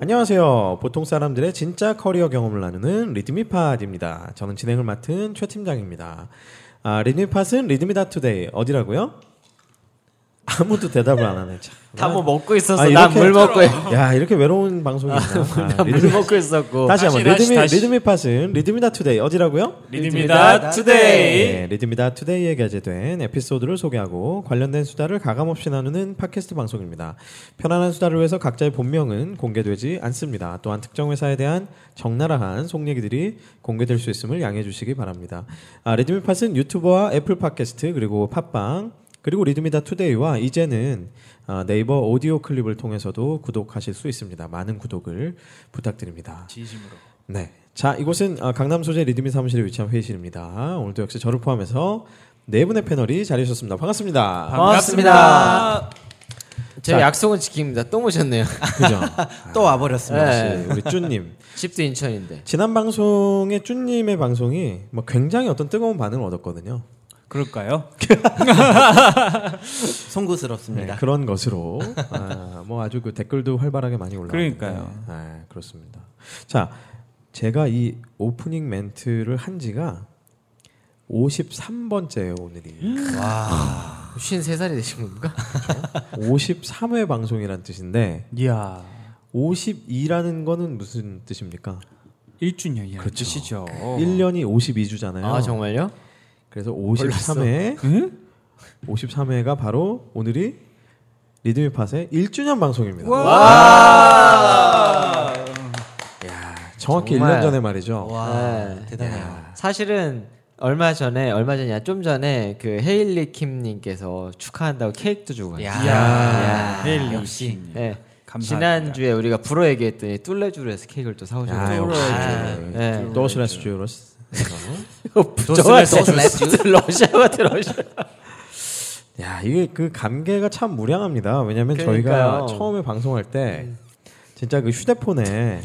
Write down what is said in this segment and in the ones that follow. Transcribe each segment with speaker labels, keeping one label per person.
Speaker 1: 안녕하세요. 보통 사람들의 진짜 커리어 경험을 나누는 리드미팟입니다. 저는 진행을 맡은 최 팀장입니다. 아, 리드미팟은 리드미다 투데이 어디라고요? 아무도 대답을 안 하네. 참.
Speaker 2: 다 뭐 먹고 있었어.
Speaker 1: 아,
Speaker 2: 난
Speaker 1: 이렇게-
Speaker 2: 물 먹고
Speaker 1: 야 이렇게 외로운 방송이 있나? 아,
Speaker 2: 물 먹고 있었고.
Speaker 1: 다시 한번
Speaker 3: 다시,
Speaker 1: 리드미
Speaker 3: 다시.
Speaker 1: 리드미팟은 리드미다 투데이 어디라고요?
Speaker 3: 리드입니다. 투데이.
Speaker 1: 네, 리드미다 투데이에 게재된 에피소드를 소개하고 관련된 수다를 가감없이 나누는 팟캐스트 방송입니다. 편안한 수다를 위해서 각자의 본명은 공개되지 않습니다. 또한 특정 회사에 대한 적나라한 속 얘기들이 공개될 수 있음을 양해해 주시기 바랍니다. 아, 리드미팟은 유튜버와 애플 팟캐스트 그리고 팟빵 그리고 리드미다 투데이와 이제는 아, 네이버 오디오 클립을 통해서도 구독하실 수 있습니다. 많은 구독을 부탁드립니다.
Speaker 3: 진심으로.
Speaker 1: 네. 자, 이곳은 아, 강남 소재 리드미 사무실에 위치한 회의실입니다. 오늘도 역시 저를 포함해서 네 분의 패널이 자리해주셨습니다. 반갑습니다.
Speaker 2: 반갑습니다. 저희
Speaker 1: 자.
Speaker 2: 약속은 지킵니다. 또 모셨네요.
Speaker 1: 그죠?
Speaker 4: 또 와버렸습니다.
Speaker 2: 네.
Speaker 1: 역시 우리 쭈님.
Speaker 2: 집도 인천인데.
Speaker 1: 지난 방송에 쭈님의 방송이 뭐 굉장히 어떤 뜨거운 반응을 얻었거든요.
Speaker 3: 그럴까요?
Speaker 1: 네,
Speaker 4: 송구스럽습니다.
Speaker 1: 그런 것으로 아, 뭐 아주 그 댓글도 활발하게 많이 올라왔는데
Speaker 3: 그러니까요.
Speaker 1: 아, 그렇습니다. 자, 제가 이 오프닝 멘트를 한 지가 53번째예요 오늘이.
Speaker 4: 와.
Speaker 2: 53살이 되신 겁니까?
Speaker 1: 53회 방송이란 뜻인데
Speaker 3: 이야.
Speaker 1: 52라는 거는 무슨 뜻입니까?
Speaker 3: 1주년이야. 그시죠
Speaker 1: 1년이 52주잖아요.
Speaker 2: 어. 아, 정말요?
Speaker 1: 그래서 53회 53회가 바로 오늘이 리드미 팟의 1주년 방송입니다.
Speaker 3: 아!
Speaker 2: 아!
Speaker 1: 야, 정확히
Speaker 2: 정말.
Speaker 1: 1년 전에 말이죠. 아,
Speaker 4: 와.
Speaker 2: 네.
Speaker 4: 대단해요.
Speaker 2: 사실은 얼마 전에 얼마 전이야 좀 전에 그 헤일리 킴님께서 축하한다고 케이크도 주고
Speaker 4: 야.
Speaker 2: 갔어요.
Speaker 4: 야.
Speaker 3: 헬리.
Speaker 4: 역시.
Speaker 2: 네.
Speaker 3: 감사합니다.
Speaker 2: 지난주에 우리가 불어 얘기했더니 뚫레주르에서 케이크를 또
Speaker 1: 야,
Speaker 2: 사오셨고
Speaker 1: 역시.
Speaker 2: 네.
Speaker 1: 또시라스 주요러스.
Speaker 4: 도스레스, 도스레스.
Speaker 2: 러시아가 러시아
Speaker 1: 야, 이게 그 감개가 참 무량합니다. 왜냐면
Speaker 2: 그러니까요.
Speaker 1: 저희가 처음에 방송할 때 진짜 그 휴대폰에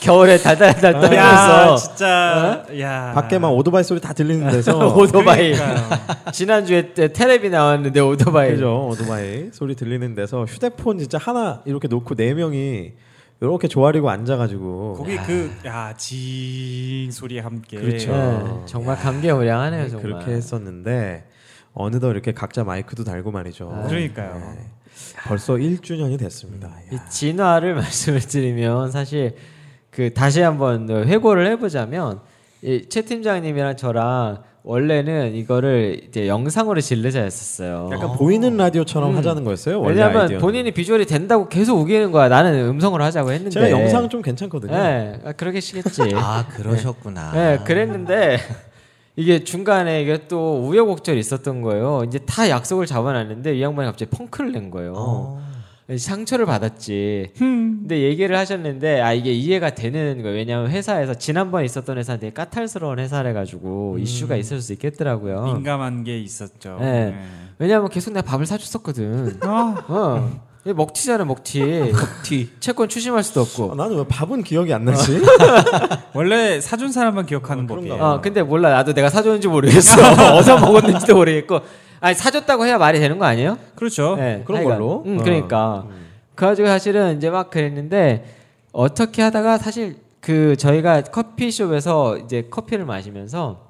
Speaker 2: 겨울에 달달달
Speaker 1: 아,
Speaker 3: 야,
Speaker 2: 떨면서
Speaker 3: 진짜. 어? 야.
Speaker 1: 밖에 막 오토바이 소리 다 들리는 데서
Speaker 2: 오토바이
Speaker 3: 그러니까요.
Speaker 2: 지난주에 때 테레비 나왔는데 오토바이
Speaker 1: 그죠 오토바이 소리 들리는 데서 휴대폰 진짜 하나 이렇게 놓고 네 명이 이렇게 조아리고 앉아가지고
Speaker 3: 거기 그 야, 징 소리에 함께. 어.
Speaker 1: 그렇죠.
Speaker 2: 네, 정말 감개무량하네요 정말
Speaker 1: 그렇게 했었는데 어느덧 이렇게 각자 마이크도 달고 말이죠. 네.
Speaker 3: 그러니까요.
Speaker 1: 벌써 1주년이 됐습니다. 야.
Speaker 2: 이 진화를 말씀을 드리면 사실 그 다시 한번 회고를 해보자면 이 최 팀장님이랑 저랑 원래는 이거를 이제 영상으로 질르자 했었어요.
Speaker 1: 약간 보이는 라디오처럼 하자는 거였어요. 원래
Speaker 2: 왜냐하면
Speaker 1: 아이디어는.
Speaker 2: 본인이 비주얼이 된다고 계속 우기는 거야. 나는 음성으로 하자고 했는데.
Speaker 1: 제가 영상 좀 괜찮거든요. 네.
Speaker 2: 예, 아, 그러게 시겠지.
Speaker 4: 아, 그러셨구나.
Speaker 2: 예, 그랬는데 이게 중간에 이게 또 우여곡절이 있었던 거예요. 이제 다 약속을 잡아놨는데 이 양반이 갑자기 펑크를 낸 거예요. 상처를 받았지. 근데 얘기를 하셨는데 아 이게 이해가 되는 거예요. 왜냐하면 회사에서 지난번에 있었던 회사는 되게 까탈스러운 회사래 가지고 이슈가 있을 수 있겠더라고요.
Speaker 3: 민감한 게 있었죠.
Speaker 2: 어. 네.
Speaker 3: 네.
Speaker 2: 왜냐하면 계속 내가 밥을 사줬었거든.
Speaker 3: 아,
Speaker 2: 어. 이게 먹튀잖아 먹튀. 먹튀. 채권 추심할 수도
Speaker 1: 아,
Speaker 2: 없고.
Speaker 1: 나는 왜 밥은 기억이 안 나지?
Speaker 3: 원래 사준 사람만 기억하는
Speaker 1: 그런가
Speaker 3: 법이에요.
Speaker 2: 어 근데 몰라 나도 내가 사줬는지 모르겠어. 어디서 먹었는지도 모르겠고. 아니 사줬다고 해야 말이 되는 거 아니에요?
Speaker 3: 그렇죠.
Speaker 2: 네,
Speaker 1: 그런
Speaker 2: 하여간.
Speaker 1: 걸로.
Speaker 2: 음,
Speaker 1: 어.
Speaker 2: 그러니까. 그래가지고 사실은 이제 막 그랬는데 어떻게 하다가 사실 그 저희가 커피숍에서 이제 커피를 마시면서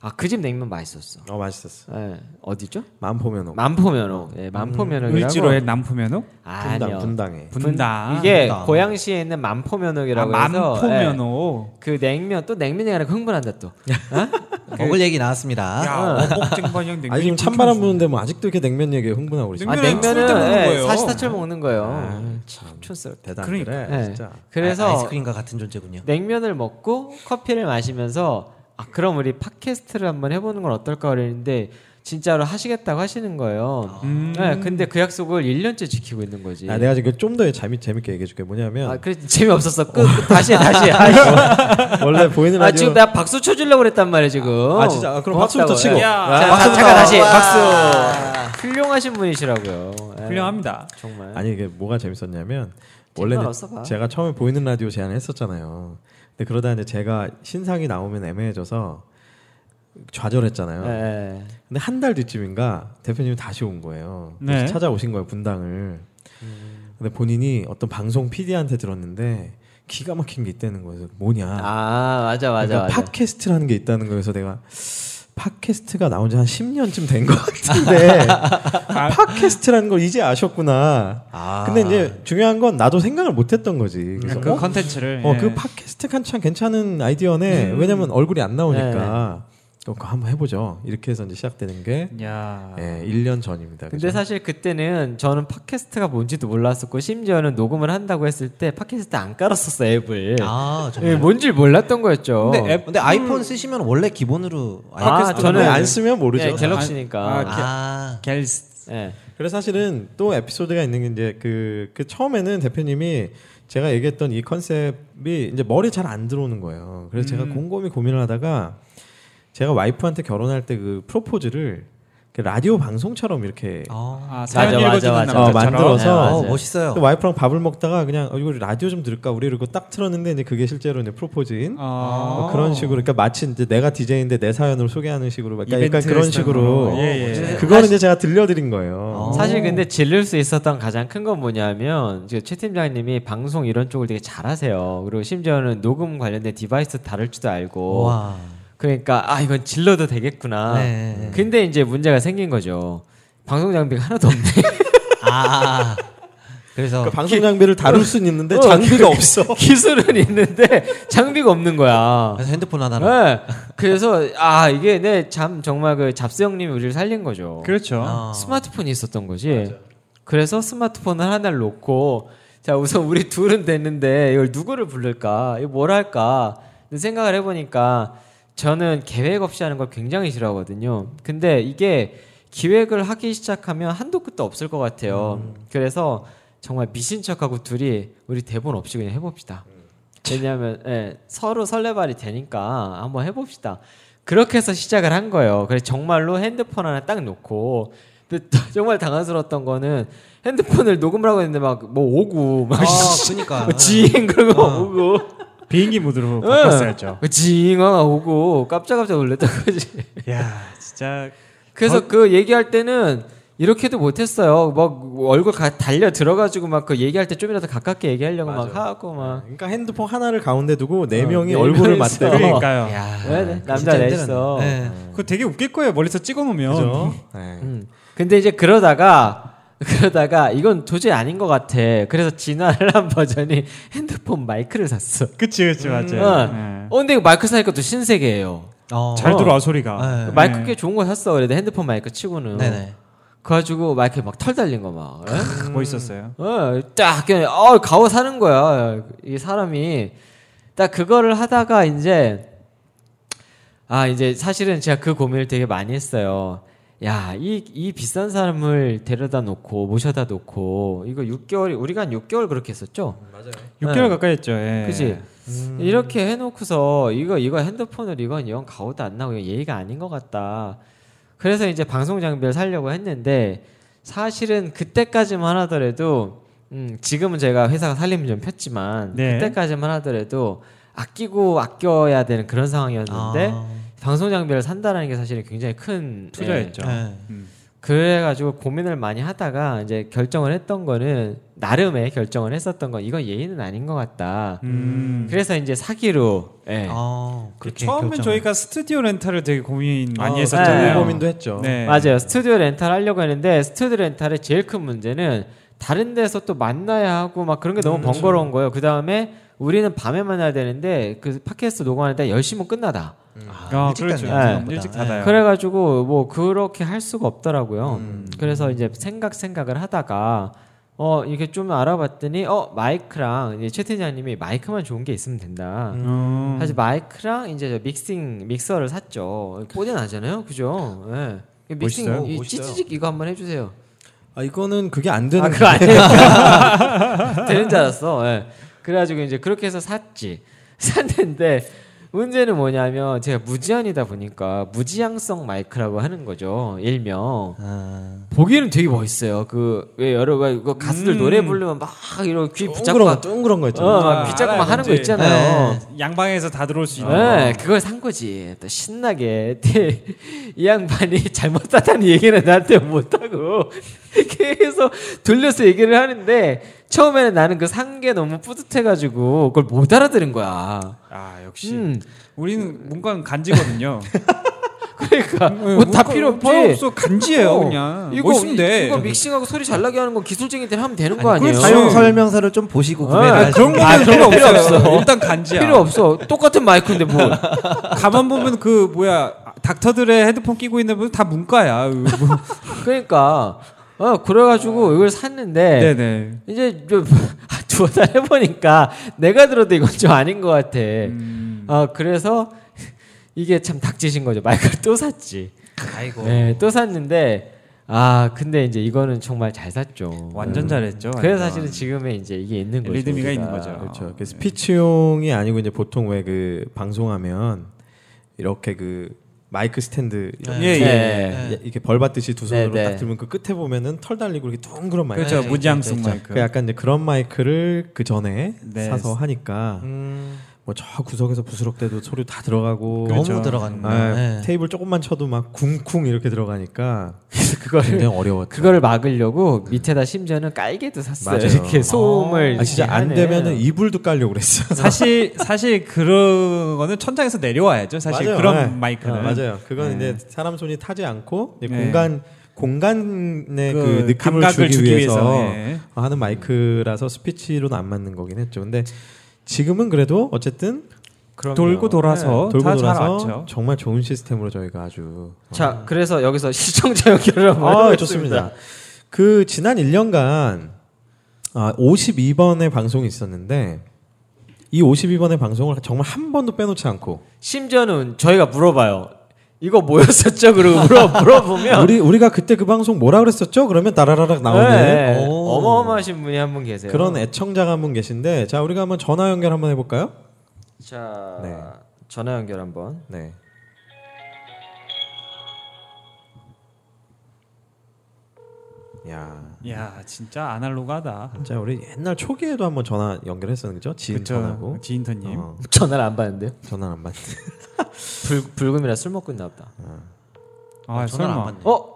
Speaker 2: 아 그 집 냉면 맛있었어.
Speaker 1: 어 맛있었어.
Speaker 2: 예, 어디죠?
Speaker 1: 마음 보면 오고.
Speaker 2: 만포면허. 예, 만포면허라고.
Speaker 3: 을지로의 남포면허?
Speaker 1: 분당
Speaker 2: 아니요.
Speaker 1: 분당에.
Speaker 3: 분당.
Speaker 2: 이게
Speaker 4: 분당.
Speaker 2: 고양시에 있는 만포면허라고
Speaker 3: 아,
Speaker 2: 해서 예,
Speaker 3: 만포면허.
Speaker 2: 그 냉면 또 냉면이 아니라 흥분한다 또.
Speaker 4: 먹을 어, 그 얘기 나왔습니다. 아,
Speaker 3: 야, 어복쟁반형 냉면.
Speaker 1: 아니 지금 찬바람 부는데 뭐 아직도 이렇게 냉면 얘기에 흥분하고 있어요.
Speaker 2: 아,
Speaker 3: 냉면은
Speaker 2: 냉면은
Speaker 3: 술때 먹는
Speaker 2: 예,
Speaker 3: 거예요.
Speaker 2: 사시타철 먹는 거예요.
Speaker 1: 아,
Speaker 2: 참 촌스럽.
Speaker 1: 대단.
Speaker 3: 그러니까.
Speaker 1: 그래
Speaker 2: 예.
Speaker 1: 진짜.
Speaker 2: 그래서
Speaker 4: 아, 아이스크림과 같은 존재군요.
Speaker 2: 냉면을 먹고 커피를 마시면서 아 그럼 우리 팟캐스트를 한번 해보는 건 어떨까 그랬는데 진짜로 하시겠다고 하시는 거예요.
Speaker 3: 음.
Speaker 2: 네, 근데 그 약속을 1년째 지키고 있는 거지.
Speaker 1: 아, 내가 지금 좀 더 재밌게 얘기해줄게. 뭐냐면
Speaker 2: 아, 그래 재미없었어. 끝, 끝 다시 해, 다시. 해. 아이씨.
Speaker 1: 원래 보이는
Speaker 2: 아
Speaker 1: 라디오
Speaker 2: 지금 나 박수 쳐주려고 그랬단 말이야 지금.
Speaker 1: 아, 진짜? 아, 그럼 박수부터
Speaker 2: 고맙다고.
Speaker 1: 치고.
Speaker 2: 예.
Speaker 3: 야.
Speaker 2: 자,
Speaker 4: 박수
Speaker 2: 자,
Speaker 4: 잠깐 다시
Speaker 2: 와.
Speaker 4: 박수.
Speaker 2: 훌륭하신 분이시라고요. 예,
Speaker 3: 훌륭합니다.
Speaker 2: 정말.
Speaker 1: 아니 이게 뭐가 재밌었냐면
Speaker 2: 재미가
Speaker 1: 원래는
Speaker 2: 없어 봐.
Speaker 1: 제가 처음에 보이는 라디오 제안을 했었잖아요. 근데 그러다 이제 제가 신상이 나오면 애매해져서 좌절했잖아요.
Speaker 2: 예.
Speaker 1: 근데 한 달 뒤쯤인가 대표님이 다시 온 거예요.
Speaker 3: 네.
Speaker 1: 다시 찾아오신 거예요 분당을.
Speaker 2: 음.
Speaker 1: 근데 본인이 어떤 방송 PD한테 들었는데 기가 막힌 게 있다는 거예요. 뭐냐?
Speaker 2: 아 맞아 맞아
Speaker 1: 그러니까
Speaker 2: 맞아.
Speaker 1: 팟캐스트라는 게 있다는 거여서 내가 팟캐스트가 나온 지 한 10년쯤 된 것 같은데
Speaker 2: 아.
Speaker 1: 팟캐스트라는 걸 이제 아셨구나.
Speaker 4: 아.
Speaker 1: 근데 이제 중요한 건 나도 생각을 못 했던
Speaker 2: 음,
Speaker 1: 거지. 그래서
Speaker 3: 그
Speaker 1: 어?
Speaker 3: 컨텐츠를
Speaker 1: 어,
Speaker 3: 예.
Speaker 1: 그 팟캐스트 한참 괜찮은
Speaker 2: 음,
Speaker 1: 아이디어네. 왜냐면 얼굴이 안
Speaker 2: 네,
Speaker 1: 나오니까. 어, 그거 한번 해보죠. 이렇게 해서 이제 시작되는 게
Speaker 3: 야.
Speaker 1: 예, 1년 전입니다.
Speaker 2: 음. 근데
Speaker 1: 그죠?
Speaker 2: 사실 그때는 저는 팟캐스트가 뭔지도 몰랐었고 심지어는 녹음을 한다고 했을 때 팟캐스트 안 깔았었어 앱을.
Speaker 4: 아, 정말.
Speaker 2: 예, 뭔지 몰랐던 거였죠.
Speaker 4: 근데, 앱, 근데 아이폰 쓰시면 원래 기본으로
Speaker 2: 아,
Speaker 4: 팟캐스트가
Speaker 2: 저는
Speaker 1: 저는 안 쓰면 모르죠. 아,
Speaker 2: 예, 갤럭시니까.
Speaker 3: 아,
Speaker 4: 나와요. 아,
Speaker 3: 겔스
Speaker 2: 예.
Speaker 1: 그래서 사실은 또 에피소드가 있는 게 이제 그, 그 처음에는 대표님이 제가 얘기했던 이 컨셉이 이제 머리 잘 안 들어오는 거예요. 그래서
Speaker 3: 음.
Speaker 1: 제가 곰곰이 고민을 하다가 제가 와이프한테 결혼할 때 그 프로포즈를 그 라디오 방송처럼 이렇게
Speaker 4: 아,
Speaker 3: 아, 사연
Speaker 2: 맞아,
Speaker 3: 읽어주는
Speaker 2: 맞아, 맞아.
Speaker 1: 어,
Speaker 3: 남자처럼
Speaker 1: 만들어서
Speaker 2: 네, 맞아요.
Speaker 4: 어, 멋있어요.
Speaker 1: 그 와이프랑 밥을 먹다가 그냥 어, 이거 라디오 좀 들을까 우리 이러고 딱 틀었는데 이제 그게 실제로 이제 프로포즈인
Speaker 3: 어.
Speaker 1: 어, 그런 식으로 그러니까 마치 이제 내가 디제이인데 내 사연으로 소개하는 식으로 그러니까 약간, 약간
Speaker 3: 이벤트
Speaker 1: 그런
Speaker 3: 식으로.
Speaker 1: 식으로
Speaker 3: 예, 예.
Speaker 1: 그거는 이제 제가 들려드린
Speaker 3: 아.
Speaker 1: 거예요.
Speaker 2: 사실 근데 질릴 수 있었던 가장 큰 건 뭐냐면 이제 최 팀장님이 방송 이런 쪽을 되게 잘하세요. 그리고 심지어는 녹음 관련된 디바이스 다룰 줄도 알고.
Speaker 4: 와.
Speaker 2: 그러니까 아 이건 질러도 되겠구나.
Speaker 4: 네.
Speaker 2: 근데 이제 문제가 생긴 거죠. 방송 장비가 하나도 없네.
Speaker 4: 아. 그래서
Speaker 1: 그러니까 방송 장비를 다룰 수는 있는데
Speaker 2: 어,
Speaker 3: 그
Speaker 1: 장비가 없어.
Speaker 2: 기술은 있는데 장비가 없는 거야.
Speaker 4: 그래서 핸드폰 하나로
Speaker 2: 네. 그래서 아 이게 내 참 정말 그 잡스 형님이 우리를 살린 거죠.
Speaker 3: 그렇죠.
Speaker 4: 아.
Speaker 2: 스마트폰이 있었던 거지. 그래서 스마트폰을 하나를 놓고 자 우선 우리 둘은 됐는데 이걸 누구를 부를까? 이거 뭘 할까? 근데 생각을 해보니까 저는 계획 없이 하는 걸 굉장히 싫어하거든요. 근데 이게 기획을 하기 시작하면 한도 끝도 없을 것 같아요.
Speaker 4: 음.
Speaker 2: 그래서 정말 미친 척하고 둘이 우리 대본 없이 그냥 해봅시다. 왜냐하면 예, 서로 설레발이 되니까 한번 해봅시다. 그렇게 해서 시작을 한 거예요. 그래서 정말로 핸드폰 하나 딱 놓고 근데 또 정말 당황스러웠던 거는 핸드폰을 녹음을 하고 있는데 막 뭐 오고 막
Speaker 4: 아,
Speaker 2: 씨,
Speaker 4: 그러니까.
Speaker 2: 뭐 지잉 그런 거 오고
Speaker 3: 비행기 모드로
Speaker 2: 응.
Speaker 3: 바꿨어야죠.
Speaker 2: 그 징어가 오고 깜짝깜짝 놀랐던 거지.
Speaker 3: 야, 진짜
Speaker 2: 그래서 그 얘기할 때는 이렇게도 못했어요. 막 얼굴 가, 달려 들어가지고 막 그 얘기할 때 좀이라도 가깝게 얘기하려고 막 하고 막
Speaker 1: 그러니까 핸드폰 하나를 가운데 두고 네
Speaker 2: 어,
Speaker 1: 명이
Speaker 2: 네
Speaker 1: 얼굴을
Speaker 2: 명이서.
Speaker 1: 맞대고
Speaker 2: 그러니까.
Speaker 3: 그러니까요.
Speaker 4: 어. 야.
Speaker 2: 왜, 네, 남자
Speaker 4: 아, 진짜 힘들었네.
Speaker 2: 냈어.
Speaker 4: 네.
Speaker 3: 그거 되게 웃길 거예요. 멀리서 찍어 놓으면.
Speaker 1: 그죠? 네.
Speaker 2: 음. 근데 이제 그러다가 그러다가 이건 도저히 아닌 것 같아. 그래서 진화를 한 버전이 핸드폰 마이크를 샀어.
Speaker 3: 그치 그치 맞아요.
Speaker 4: 네.
Speaker 3: 예.
Speaker 2: 어, 근데 이거 마이크 사니까 또 신세계예요.
Speaker 4: 어.
Speaker 3: 잘 들어와 소리가.
Speaker 4: 네.
Speaker 2: 마이크 꽤 좋은 거 샀어. 그래도 핸드폰 마이크 치고는.
Speaker 4: 네네.
Speaker 2: 그래가지고 마이크에 막 털 달린 거 막. 예?
Speaker 3: 크, 멋있었어요.
Speaker 2: 어, 딱 그냥 어 가오 사는 거야. 이 사람이 딱 그거를 하다가 이제 아 이제 사실은 제가 그 고민을 되게 많이 했어요. 야, 이, 이 비싼 사람을 데려다 놓고, 모셔다 놓고, 이거 6개월, 우리가 한 6개월 그렇게 했었죠? 네.
Speaker 3: 6개월 가까이 했죠. 예.
Speaker 2: 그지? 이렇게 해놓고서, 이거, 이거 핸드폰을 이건 영 가오도 안 나고, 이거 예의가 아닌 것 같다. 그래서 이제 방송 장비를 사려고 했는데, 사실은 그때까지만 하더라도, 음, 지금은 제가 회사가 살림을 좀 폈지만,
Speaker 3: 네.
Speaker 2: 그때까지만 하더라도, 아끼고 아껴야 되는 그런 상황이었는데,
Speaker 4: 어.
Speaker 2: 방송 장비를 산다라는 게 사실은 굉장히 큰 예,
Speaker 3: 아. 투자했죠.
Speaker 4: 네.
Speaker 3: 음.
Speaker 2: 그래가지고 고민을 많이 하다가 이제 결정을 했던 거는 나름의 결정을 했었던 건 이건 예의는 아닌 것 같다.
Speaker 3: 음.
Speaker 2: 그래서 이제 사기로 예.
Speaker 4: 아,
Speaker 3: 그
Speaker 4: 그렇게
Speaker 3: 처음엔
Speaker 4: 결정을.
Speaker 3: 저희가 스튜디오 렌탈을 되게 고민 많이
Speaker 1: 어,
Speaker 3: 했었잖아요.
Speaker 1: 네. 고민도 했죠.
Speaker 3: 네.
Speaker 2: 맞아요 스튜디오 렌탈 하려고 했는데 스튜디오 렌탈의 제일 큰 문제는 다른 데서 또 만나야 하고 막 그런 게 너무 번거로운 거예요. 그 다음에 우리는 밤에 만나야 되는데 그 팟캐스트 녹음하는데 10시면 끝나다.
Speaker 3: 아,
Speaker 4: 일찍
Speaker 3: 그렇죠.
Speaker 4: 닫네요,
Speaker 2: 네.
Speaker 4: 생각보다.
Speaker 3: 일찍
Speaker 4: 네.
Speaker 3: 닫아요.
Speaker 2: 그래가지고 뭐 그렇게 할 수가 없더라고요. 그래서 이제 생각 생각을 하다가 어 이렇게 좀 알아봤더니 어 마이크랑 이제 최 팀장님이 마이크만 좋은 게 있으면 된다.
Speaker 3: 음.
Speaker 2: 사실 마이크랑 이제 저 믹싱 믹서를 샀죠. 뽀대 나잖아요, 그죠? 예. 이
Speaker 1: 멋있어요?
Speaker 2: 믹싱
Speaker 1: 멋있어요.
Speaker 2: 이
Speaker 1: 네,
Speaker 2: 찌찌직 이거 한번 해주세요.
Speaker 1: 아 이거는 그게 안 되는
Speaker 2: 아 그거 아니에요. 되는 줄 알았어. 예. 그래가지고 이제 그렇게 해서 샀지. 샀는데 문제는 뭐냐면 제가 무지한이다 보니까 무지향성 마이크라고 하는 거죠. 일명.
Speaker 4: 아,
Speaker 2: 보기에는 되게 멋있어요. 그 왜 여러 왜 그거 가수들
Speaker 3: 음.
Speaker 2: 노래 부르면 막 이런 귀 붙잡고
Speaker 1: 어, 둥그런 거, 둥그런
Speaker 2: 막,
Speaker 1: 거
Speaker 2: 어,
Speaker 1: 있잖아요. 네.
Speaker 2: 막 귀 잡고 막 하는 거
Speaker 3: 알아요,
Speaker 2: 있잖아요.
Speaker 3: 양방에서 다 들어올 수 있는.
Speaker 2: 네, 그걸 산 거지. 또 신나게. 근데 이 양반이 잘못하다는 얘기는 나한테 못하고 계속 돌려서 얘기를 하는데 처음에는 나는 그 산 게 너무 뿌듯해가지고 그걸 못 알아들은 거야.
Speaker 3: 아 역시
Speaker 2: 음,
Speaker 3: 우리는 문과는 간지거든요. 음,
Speaker 2: 그러니까 뭐 다 필요 없지.
Speaker 3: 없어 간지예요
Speaker 2: 어,
Speaker 3: 그냥.
Speaker 2: 이거
Speaker 3: 멋있으면 돼.
Speaker 2: 이거 믹싱하고 소리 잘 나게 하는 건 기술쟁이들 하면 되는 거
Speaker 4: 아니,
Speaker 2: 아니에요?
Speaker 3: 그렇지.
Speaker 4: 사용 설명서를 좀 보시고
Speaker 2: 아,
Speaker 4: 구매를
Speaker 3: 아, 그런
Speaker 4: 하시는 게
Speaker 3: 거는 필요
Speaker 2: 필요
Speaker 3: 없어요.
Speaker 2: 없어.
Speaker 3: 일단 간지야.
Speaker 2: 필요 없어. 똑같은 마이크인데 뭐.
Speaker 3: 가만 보면 그 뭐야 닥터들의 헤드폰 끼고 있는 분다 문과야.
Speaker 2: 네.
Speaker 3: 뭐.
Speaker 2: 그러니까 어 그래가지고 이걸 샀는데
Speaker 3: 네네.
Speaker 2: 이제 좀 두어 달 해보니까 내가 들어도 이건 좀 아닌 것 같아.
Speaker 3: 음.
Speaker 2: 아 그래서 이게 참 닥치신 거죠. 마이크를 또 샀지.
Speaker 4: 아이고.
Speaker 2: 네, 또 샀는데 아 근데 이제 이거는 정말 잘 샀죠.
Speaker 3: 완전
Speaker 2: 음.
Speaker 3: 잘했죠.
Speaker 2: 그래서
Speaker 3: 완전.
Speaker 2: 사실은 지금의 이제 이게 있는 거죠.
Speaker 3: 리듬이가
Speaker 2: 우리가.
Speaker 3: 있는 거죠.
Speaker 1: 그렇죠. 그 스피치용이 아니고 이제 보통 왜 그 방송하면 이렇게 그 마이크 스탠드 이렇게
Speaker 3: 예, 예.
Speaker 2: 네.
Speaker 1: 예, 이렇게 벌 받듯이 두 손으로
Speaker 2: 네, 네.
Speaker 1: 딱 들면 그 끝에 보면은 털 달리고 이렇게 둥그런 마이크.
Speaker 3: 그렇죠. 그러니까
Speaker 4: 네,
Speaker 3: 무지양성
Speaker 4: 그렇죠.
Speaker 1: 그
Speaker 3: 마이크.
Speaker 1: 약간 이제 그런 마이크를 그 전에
Speaker 3: 네.
Speaker 1: 사서 하니까
Speaker 4: 음,
Speaker 1: 뭐 저 구석에서 부스럭대도 소리 다 들어가고
Speaker 4: 너무
Speaker 3: 그렇죠.
Speaker 4: 들어가는 거예요.
Speaker 1: 아,
Speaker 4: 네.
Speaker 1: 테이블 조금만 쳐도 막 쿵쿵 이렇게 들어가니까
Speaker 2: 그래서 그거를
Speaker 1: 굉장히 어려웠죠.
Speaker 2: 그거를 막으려고 밑에다 심지어는 깔개도 샀어요.
Speaker 1: 맞아요.
Speaker 2: 이렇게 소음을
Speaker 1: 아 진짜 안
Speaker 2: 하는.
Speaker 1: 되면은 이불도 깔려고 그랬어.
Speaker 3: 사실 사실 그런 거는 천장에서 내려와야죠. 사실
Speaker 1: 맞아요.
Speaker 3: 그런
Speaker 1: 네.
Speaker 3: 마이크는
Speaker 1: 아, 맞아요. 그건
Speaker 3: 네.
Speaker 1: 이제 사람 손이 타지 않고 이제
Speaker 3: 네.
Speaker 1: 공간 공간의 그, 느낌을
Speaker 3: 감각을
Speaker 1: 주기, 위해서,
Speaker 3: 예.
Speaker 1: 하는 마이크라서 스피치로는 안 맞는 거긴 했죠. 근데 지금은 그래도 어쨌든 네.
Speaker 2: 그럼요.
Speaker 3: 돌고 네, 돌아서
Speaker 1: 돌고
Speaker 3: 다 잘
Speaker 1: 돌아서
Speaker 3: 왔죠.
Speaker 1: 정말 좋은 시스템으로 저희가 아주
Speaker 2: 자, 그래서 여기서 시청자 연결을 한번
Speaker 1: 아,
Speaker 2: 해보겠습니다.
Speaker 1: 좋습니다. 그 지난 1년간 아, 52번의 방송이 있었는데 이 52번의 방송을 정말 한 번도 빼놓지 않고
Speaker 2: 심지어는 저희가 물어봐요. 이거 뭐였었죠? 그러고 물어 물어보면
Speaker 1: 우리 우리가 그때 그 방송 뭐라 그랬었죠? 그러면 따라라락 나오는
Speaker 2: 네,
Speaker 1: 오.
Speaker 2: 어마어마하신 분이 한 분 계세요.
Speaker 1: 그런 애청자가 한 분 계신데 자 우리가 한번 전화 연결 한번 해볼까요?
Speaker 2: 자
Speaker 1: 네.
Speaker 2: 전화 연결 한번.
Speaker 1: 네. 야,
Speaker 3: 야 진짜 아날로그하다.
Speaker 1: 진짜 우리 옛날 초기에도 한번 전화 연결했었는죠? 지인 전화고.
Speaker 3: 그쵸. 지인터님.
Speaker 1: 어,
Speaker 2: 전화를 안 받는데요?
Speaker 1: 전화 안 받네.
Speaker 2: 불 불금이라 술 먹고 있나 보다.
Speaker 3: 아
Speaker 4: 전화를 안
Speaker 3: 설마.
Speaker 4: 받네.
Speaker 2: 어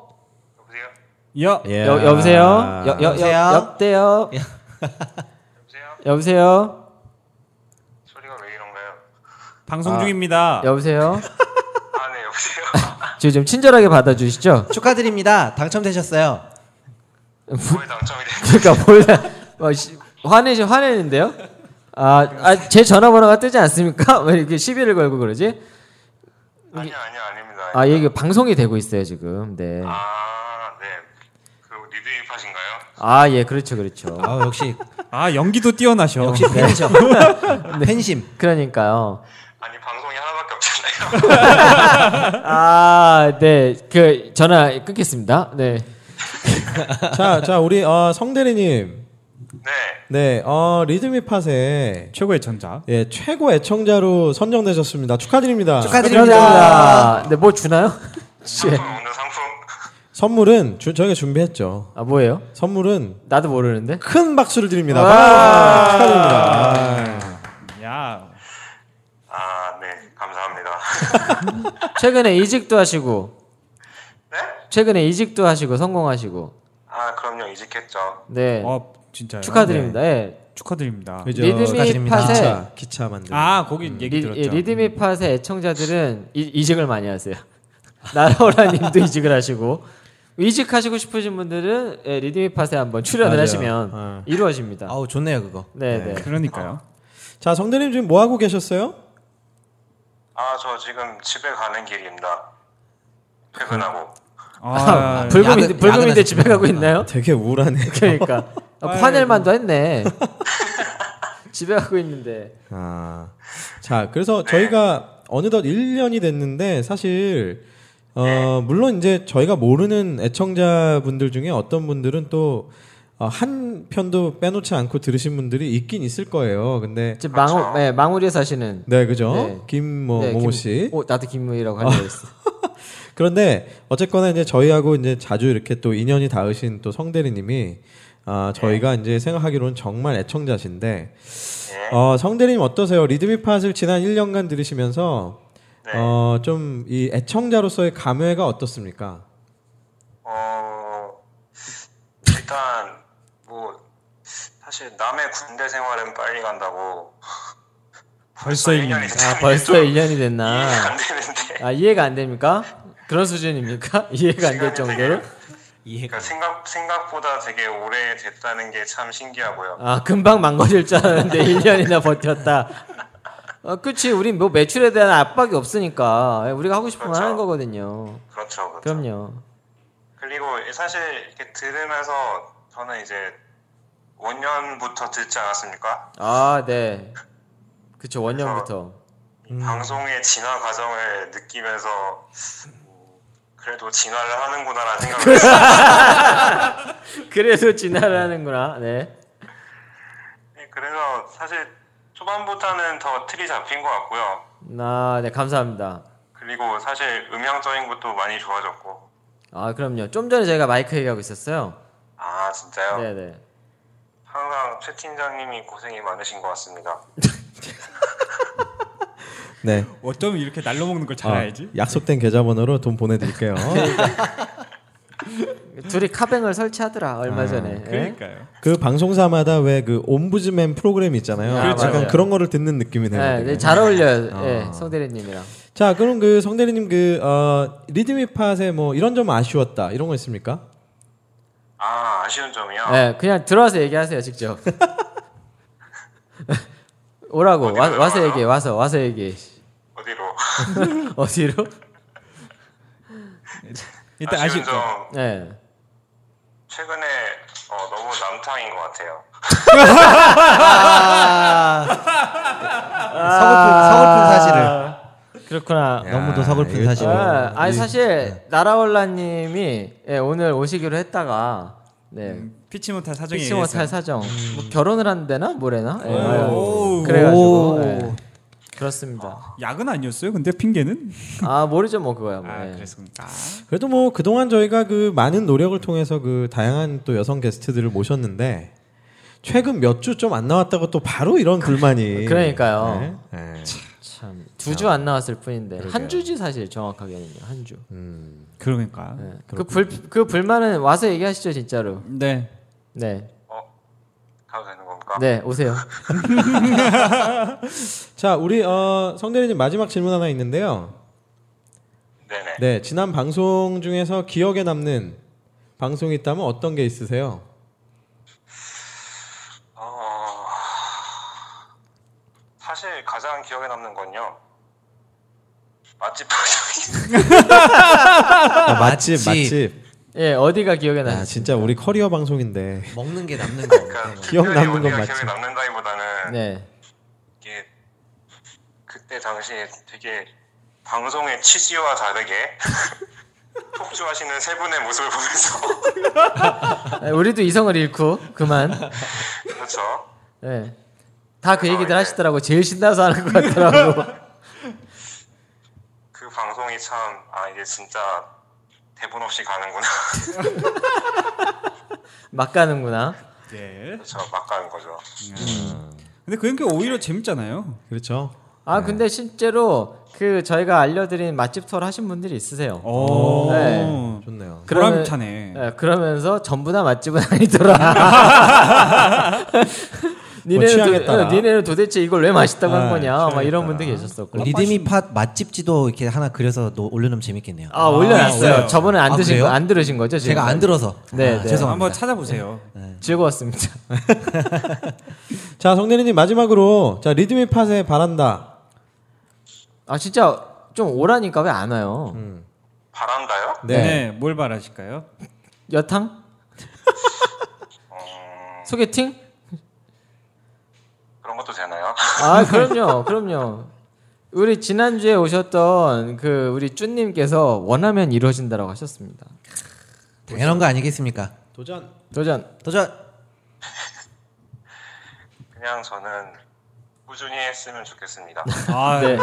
Speaker 3: 야
Speaker 1: 예.
Speaker 2: 여, 여보세요? 여, 여,
Speaker 4: 여보세요?
Speaker 2: 여, 여대요. 여보세요?
Speaker 5: 소리가 왜 이런가요?
Speaker 3: 방송
Speaker 1: 아.
Speaker 3: 중입니다.
Speaker 2: 여보세요?
Speaker 5: 아, 네, 여보세요?
Speaker 2: 저희 좀 친절하게 받아주시죠.
Speaker 4: 축하드립니다. 당첨되셨어요.
Speaker 5: 뭐에 당첨이 됐
Speaker 2: 그러니까 몰라. 어, 씨, 화내시 화내는데요? 아, 아, 제 전화번호가 뜨지 않습니까? 왜 이렇게 시비를 걸고 그러지?
Speaker 5: 아니요, 아니요, 아닙니다.
Speaker 2: 아, 이게 방송이 되고 있어요, 지금. 네.
Speaker 5: 아, 네. 그 리드입하신가요?
Speaker 2: 아, 예, 그렇죠, 그렇죠.
Speaker 4: 아, 역시
Speaker 3: 아 연기도 뛰어나셔.
Speaker 4: 역시 팬이죠.
Speaker 2: 네.
Speaker 4: 팬심.
Speaker 2: 그러니까요.
Speaker 5: 아니, 방송이 하나밖에 없잖아요.
Speaker 2: 아, 네. 그 전화 끊겠습니다. 네.
Speaker 1: 자, 자 우리 어, 성대리님,
Speaker 5: 네.
Speaker 1: 네, 어, 리드미팟의
Speaker 3: 최고의 천자.
Speaker 1: 예 최고 애청자로 선정되셨습니다. 축하드립니다.
Speaker 4: 축하드립니다.
Speaker 2: 네, 뭐 주나요? 예.
Speaker 5: 상품 오늘 상품.
Speaker 1: 선물은 주, 저희가 준비했죠.
Speaker 2: 아, 뭐예요?
Speaker 1: 선물은
Speaker 2: 나도 모르는데.
Speaker 1: 큰 박수를 드립니다.
Speaker 2: 와.
Speaker 1: 박수 축하드립니다.
Speaker 3: 아, 야
Speaker 5: 아, 네. 감사합니다.
Speaker 2: 최근에 이직도 하시고
Speaker 5: 네?
Speaker 2: 최근에 이직도 하시고 성공하시고.
Speaker 5: 아, 그럼요. 이직했죠.
Speaker 1: 예.
Speaker 2: 네.
Speaker 3: 어, 진짜요?
Speaker 2: 축하드립니다. 예.
Speaker 3: 네, 축하드립니다.
Speaker 1: 그죠?
Speaker 2: 리드미
Speaker 1: 축하드립니다.
Speaker 2: 팟에-
Speaker 1: 아, 기차, 기차 만들.
Speaker 3: 아 거기
Speaker 1: 음.
Speaker 2: 리,
Speaker 3: 얘기
Speaker 1: 예,
Speaker 3: 들었죠.
Speaker 2: 드미팟의 애청자들은 이, 이직을 많이 하세요. 나라오라님도 이직을 하시고 이직하시고 싶으신 분들은 예, 리드미팟에 한번 출연을
Speaker 1: 맞아요.
Speaker 2: 하시면
Speaker 1: 어.
Speaker 2: 이루어집니다.
Speaker 4: 아우 좋네요 그거.
Speaker 2: 네네.
Speaker 3: 그러니까요.
Speaker 1: 자, 성대님 지금 뭐 하고 계셨어요?
Speaker 5: 아, 저 지금 집에 가는 길입니다. 퇴근하고.
Speaker 3: 아,
Speaker 2: 불금인데
Speaker 4: 야근-
Speaker 2: 불금인데
Speaker 4: 야근하시구나.
Speaker 2: 집에 가고 있나요?
Speaker 1: 되게 우울하네.
Speaker 2: 그러니까 아, 화낼만도 했네. 집에 가고 있는데
Speaker 1: 아. 자, 그래서 저희가 어느덧 1년이 됐는데 사실 어, 물론 이제 저희가 모르는 애청자분들 중에 어떤 분들은 또 어, 한 편도 빼놓지 않고 들으신 분들이 있긴 있을 거예요. 근데
Speaker 2: 지금 망우 네, 망우리에 사시는
Speaker 1: 네, 그죠?
Speaker 2: 네.
Speaker 1: 김모
Speaker 2: 네,
Speaker 1: 모모
Speaker 2: 김-
Speaker 1: 뭐, 씨.
Speaker 2: 어, 나도 김무희라고 하려고 했어.
Speaker 1: 그런데 어쨌거나 이제 저희하고 이제 자주 이렇게 또 인연이 닿으신 또 성대리님이 아 저희가
Speaker 2: 네.
Speaker 1: 이제 생각하기로는 정말 애청자신데
Speaker 5: 예.
Speaker 1: 어 성대리님 어떠세요? 리드미팟을 지난 1년간 들으시면서
Speaker 5: 네.
Speaker 1: 어 좀 이 애청자로서의 감회가 어떻습니까?
Speaker 5: 어, 일단 뭐 사실 남의 군대 생활은 빨리 간다고
Speaker 3: 벌써
Speaker 5: 1년이
Speaker 2: 아 벌써 1년이 됐나?
Speaker 5: 이해가 안 되는데
Speaker 2: 아 이해가 안 됩니까? 그런 수준입니까? 이해가 안 될 정도로?
Speaker 4: 이해가.
Speaker 5: 그러니까 생각 생각보다 되게 오래 됐다는 게 참 신기하고요.
Speaker 2: 아 금방 망가질 줄 알았는데 1년이나 버텼다. 아 그치 우린 뭐 매출에 대한 압박이 없으니까 예, 우리가 하고 싶으면
Speaker 5: 그렇죠.
Speaker 2: 하는 거거든요.
Speaker 5: 그렇죠. 그렇죠.
Speaker 2: 그럼요.
Speaker 5: 그리고 사실 이렇게 들으면서 저는 이제 5년부터 듣지 않았습니까?
Speaker 2: 아 네. 그쵸 원년부터.
Speaker 5: 이
Speaker 2: 음.
Speaker 5: 방송의 진화 과정을 느끼면서 음, 그래도 진화를 하는구나라는 생각을 했어요.
Speaker 2: 그래도 진화하는구나. 네.
Speaker 5: 네, 그래서 사실 초반보다는 더 틀이 잡힌 것 같고요.
Speaker 2: 아, 네 감사합니다.
Speaker 5: 그리고 사실 음향적인 것도 많이 좋아졌고.
Speaker 2: 아 그럼요. 좀 전에 저희가 마이크 얘기하고 있었어요.
Speaker 5: 아 진짜요?
Speaker 2: 네네.
Speaker 5: 항상 최 팀장님이 고생이 많으신 것 같습니다.
Speaker 1: 네.
Speaker 3: 어쩌면 이렇게 날로 먹는 걸 잘
Speaker 1: 어,
Speaker 3: 알지?
Speaker 1: 약속된 계좌번호로 돈 보내드릴게요.
Speaker 2: 둘이 카뱅을 설치하더라 얼마 전에.
Speaker 3: 네.
Speaker 2: 예?
Speaker 3: 그러니까요.
Speaker 1: 그 방송사마다 왜 그 옴부즈맨 프로그램 있잖아요.
Speaker 2: 아, 그렇죠.
Speaker 1: 약간
Speaker 2: 맞아요.
Speaker 1: 그런 거를 듣는 느낌이
Speaker 2: 네,
Speaker 1: 들거든요.
Speaker 2: 네, 잘 어울려요. 예, 성대리님이랑.
Speaker 1: 자, 그럼 그 성대리님 그 어, 리드미팟에 뭐 이런 점 아쉬웠다 이런 거 있습니까?
Speaker 5: 아 아쉬운 점이요.
Speaker 2: 네, 그냥 들어와서 얘기하세요 직접. 오라고 와, 와서 얘기해 와서 와서 얘기해
Speaker 5: 어디로?
Speaker 2: 어디로?
Speaker 3: 일단
Speaker 5: 아쉬운
Speaker 3: 아쉽다.
Speaker 5: 점
Speaker 2: 네.
Speaker 5: 최근에 어, 너무 남탕인 것 같아요.
Speaker 4: 아.
Speaker 5: 아.
Speaker 4: 서글픈, 서글픈 사실을.
Speaker 2: 그렇구나.
Speaker 4: 너무도 서글픈
Speaker 1: 이거
Speaker 4: 사실을.
Speaker 2: 아, 아니 사실 나라올라님이 예, 오늘 오시기로 했다가 네
Speaker 3: 피치 못할 사정이
Speaker 2: 피치 못할 사정 뭐 결혼을 한대나 뭐래나 예,
Speaker 3: 오.
Speaker 2: 아유, 그래가지고
Speaker 4: 오.
Speaker 2: 예, 그렇습니다.
Speaker 3: 약은 아니었어요. 근데 핑계는
Speaker 2: 아 모르죠 뭐 그거야 뭐.
Speaker 3: 아
Speaker 2: 예.
Speaker 3: 그랬습니다.
Speaker 1: 그래도 뭐 그동안 저희가 그 많은 노력을 통해서 그 다양한 또 여성 게스트들을 모셨는데 최근 몇 주 좀 안 나왔다고 또 바로 이런 불만이
Speaker 2: 그, 그러니까요.
Speaker 1: 네, 네.
Speaker 2: 참 두 주 안 나왔을 뿐인데 한 주지 사실 정확하게는요 한 주.
Speaker 1: 음,
Speaker 3: 그러니까.
Speaker 2: 네. 그불 그 불만은 와서 얘기하시죠 진짜로.
Speaker 3: 네.
Speaker 2: 네.
Speaker 5: 가도 되는 겁니까?
Speaker 2: 네 오세요.
Speaker 1: 자, 우리 어, 성대리님 마지막 질문 하나 있는데요.
Speaker 5: 네네.
Speaker 1: 네, 지난 방송 중에서 기억에 남는 방송이 있다면 어떤 게 있으세요?
Speaker 5: 어... 사실 가장 기억에 남는 건요. 맛집 방송이
Speaker 1: 아, 맛집,
Speaker 4: 맛집.
Speaker 1: 맛집.
Speaker 2: 예 어디가 기억에
Speaker 1: 아,
Speaker 2: 나요?
Speaker 1: 진짜 우리 커리어 방송인데.
Speaker 4: 먹는 게 네, 남는 거.
Speaker 5: 그러니까
Speaker 1: 기억
Speaker 5: 특별히
Speaker 1: 남는 건
Speaker 5: 어디가
Speaker 1: 맛집.
Speaker 5: 기억에 남는다기보다는
Speaker 2: 네.
Speaker 5: 이게 그때 당시에 되게 방송의 취지와 다르게 폭주하시는 세 분의 모습을 보면서
Speaker 2: 예, 우리도 이성을 잃고 그만.
Speaker 5: 그렇죠.
Speaker 2: 네. 다 그 얘기들 하시더라고. 제일 신나서 하는 것 같더라고.
Speaker 5: 그 방송이 참 아 이게 진짜 대본 없이 가는구나.
Speaker 2: 막 가는구나.
Speaker 3: 네.
Speaker 5: 그렇죠. 막 가는 거죠.
Speaker 3: 근데 그게 오히려 재밌잖아요.
Speaker 1: 그렇죠.
Speaker 4: 네.
Speaker 2: 아 근데 실제로 그 저희가 알려드린 맛집 투어 를 하신 분들이 있으세요.
Speaker 3: 오.
Speaker 2: 네.
Speaker 1: 좋네요.
Speaker 2: 그러면-
Speaker 3: 보람차네.
Speaker 2: 예, 그러면서 전부 다 맛집은 아니더라.
Speaker 4: 뭐
Speaker 2: 니네는,
Speaker 1: 취향에
Speaker 2: 도,
Speaker 1: 따라.
Speaker 2: 예, 니네는 도대체 이걸 왜 맛있다고
Speaker 4: 아,
Speaker 2: 한 거냐? 막 이런 분들
Speaker 4: 그
Speaker 2: 계셨었고.
Speaker 4: 리드미 팟 맛집지도 이렇게 하나 그려서 노- 올려놓으면 재밌겠네요.
Speaker 2: 아 올려놨어요.
Speaker 3: 있어요.
Speaker 2: 저번에 안
Speaker 4: 아,
Speaker 2: 드신
Speaker 4: 그래요?
Speaker 2: 거, 안 들으신 거죠? 지금?
Speaker 4: 제가 안 들어서.
Speaker 2: 네,
Speaker 4: 아,
Speaker 2: 네.
Speaker 4: 죄송합니다.
Speaker 3: 한번 찾아보세요.
Speaker 2: 즐거웠습니다.
Speaker 1: 자, 성대리님 마지막으로 자, 리드미 팟에 바란다.
Speaker 2: 아 진짜 좀 오라니까 왜 안 와요?
Speaker 4: 음.
Speaker 5: 바란다요?
Speaker 3: 네.
Speaker 1: 네.
Speaker 3: 뭘 바라실까요?
Speaker 2: 여탕? 소개팅?
Speaker 5: 그런 것도 되나요?
Speaker 2: 아 그럼요 그럼요 우리 지난주에 오셨던 그 우리 쭈님께서 원하면 이루어진다라고 하셨습니다
Speaker 4: 당연한 아, 거 아니겠습니까?
Speaker 1: 도전.
Speaker 2: 도전
Speaker 4: 도전.
Speaker 5: 그냥 저는 꾸준히 했으면 좋겠습니다.
Speaker 3: 아,
Speaker 2: 네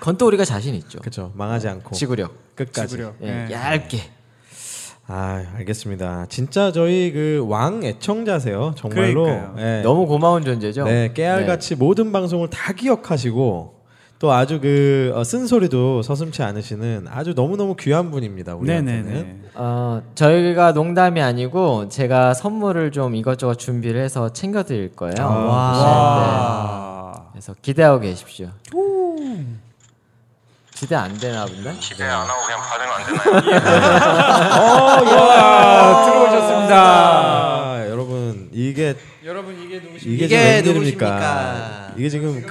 Speaker 2: 건또 우리가 자신 있죠
Speaker 1: 그렇죠. 망하지 않고
Speaker 2: 지구력
Speaker 1: 끝까지.
Speaker 3: 지구력.
Speaker 2: 예,
Speaker 3: 네.
Speaker 2: 얇게
Speaker 1: 아, 알겠습니다. 진짜 저희 그 왕 애청자세요. 정말로.
Speaker 3: 그러니까요. 네.
Speaker 1: 예.
Speaker 2: 너무 고마운 존재죠
Speaker 1: 네, 깨알같이 모든 방송을 다 기억하시고 또 아주 그 어, 쓴소리도 서슴치 않으시는 아주 너무너무 귀한 분입니다. 우리한테는.
Speaker 3: 네네네.
Speaker 2: 어, 저희가 농담이 아니고 제가 선물을 좀 이것저것 준비를 해서 챙겨드릴 거예요.
Speaker 3: 아.
Speaker 2: 네.
Speaker 3: 와.
Speaker 2: 그래서 기대하고 계십시오. 기대 안 되나 본데?
Speaker 5: 기대 안 하고 그냥 받으면 안
Speaker 6: 네.
Speaker 5: 되나요?
Speaker 3: 네. 어, 와, 들어오셨습니다.
Speaker 1: 아, 여러분 이게
Speaker 3: 여러분 이게 누구시?
Speaker 1: 이게,
Speaker 4: 이게
Speaker 1: 지금 웬일입니까?
Speaker 4: 누구십니까?
Speaker 1: 이게 지금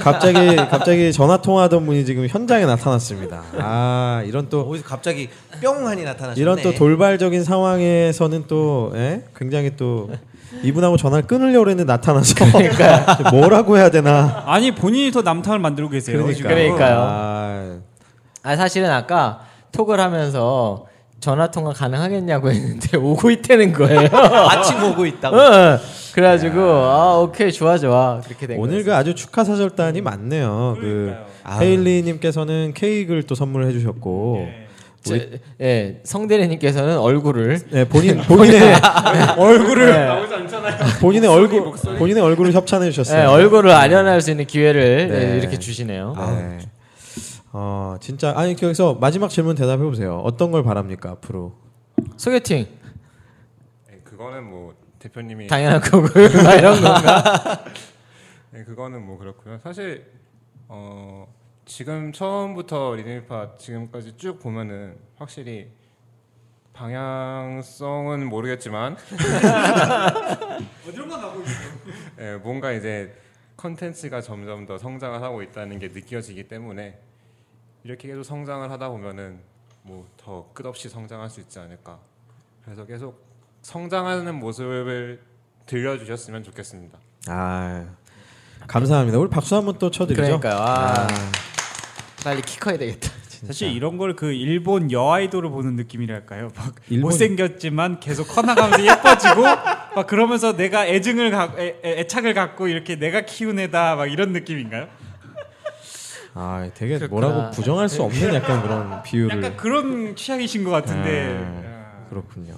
Speaker 1: 갑자기 갑자기 전화 통화하던 분이 지금 현장에 나타났습니다. 아 이런 또
Speaker 4: 어디서 갑자기 뿅하니 나타나셨네.
Speaker 1: 이런 또 돌발적인 상황에서는 또 예? 굉장히 또 이분하고 전화를 끊으려고 했는데 나타나서 뭐라고 해야 되나
Speaker 3: 아니 본인이 더 남탕을 만들고 계세요. 지금.
Speaker 2: 네, 그러니까요.
Speaker 1: 아,
Speaker 2: 아 사실은 아까 톡을 하면서 전화 통화 가능하겠냐고 했는데 오고 있다는 거예요.
Speaker 4: 마침 오고 있다고.
Speaker 2: 응. 그래가지고 아 오케이 좋아 좋아 그렇게 된
Speaker 1: 오늘 그 아주 축하 사절단이 많네요. 그
Speaker 4: 아.
Speaker 1: 헤일리님께서는 케이크를 또 선물해 주셨고
Speaker 2: 거예요. 제- 예 성대리님께서는 얼굴을 예,
Speaker 1: 네, 본인 본인의
Speaker 3: 얼굴을
Speaker 2: 네.
Speaker 1: 본인의 얼굴 본인의 얼굴을 협찬해 주셨어요.
Speaker 2: 예, 얼굴을 아련할 수 있는 기회를
Speaker 1: 네.
Speaker 2: 예, 이렇게 주시네요.
Speaker 1: 네. 어 진짜 아니 그래서 마지막 질문 대답해 보세요. 어떤 걸 바랍니까 앞으로?
Speaker 2: 소개팅
Speaker 6: 네, 그거는 뭐 대표님이
Speaker 1: 네.
Speaker 2: 당연한 거고요. 막 이런 건가?
Speaker 6: 네, 그거는 뭐 그렇고요. 사실 어, 지금 처음부터 리드미파 지금까지 쭉 보면은 확실히 방향성은 모르겠지만
Speaker 3: 어디론가 가고
Speaker 6: 예, 뭔가 이제 컨텐츠가 점점 더 성장을 하고 있다는 게 느껴지기 때문에 이렇게 계속 성장을 하다 보면은 뭐 더 끝없이 성장할 수 있지 않을까. 그래서 계속 성장하는 모습을 들려주셨으면 좋겠습니다.
Speaker 1: 아 감사합니다. 우리 박수 한번 또 쳐드리죠.
Speaker 2: 그러니까요. 아, 빨리 키 커야 되겠다.
Speaker 3: 사실 이런 걸 그 일본 여아이돌을 보는 느낌이랄까요. 막
Speaker 1: 일본-
Speaker 3: 못생겼지만 계속 커나가면서 예뻐지고 막 그러면서 내가 애증을 가, 애, 애- 애착을 갖고 이렇게 내가 키운 애다 막 이런 느낌인가요?
Speaker 1: 아 되게
Speaker 2: 그렇구나. 그러니까.
Speaker 1: 뭐라고 부정할 수 없는 약간 그런 비유를
Speaker 3: 약간 그런 취향이신 것 같은데.
Speaker 1: 아, 그렇군요.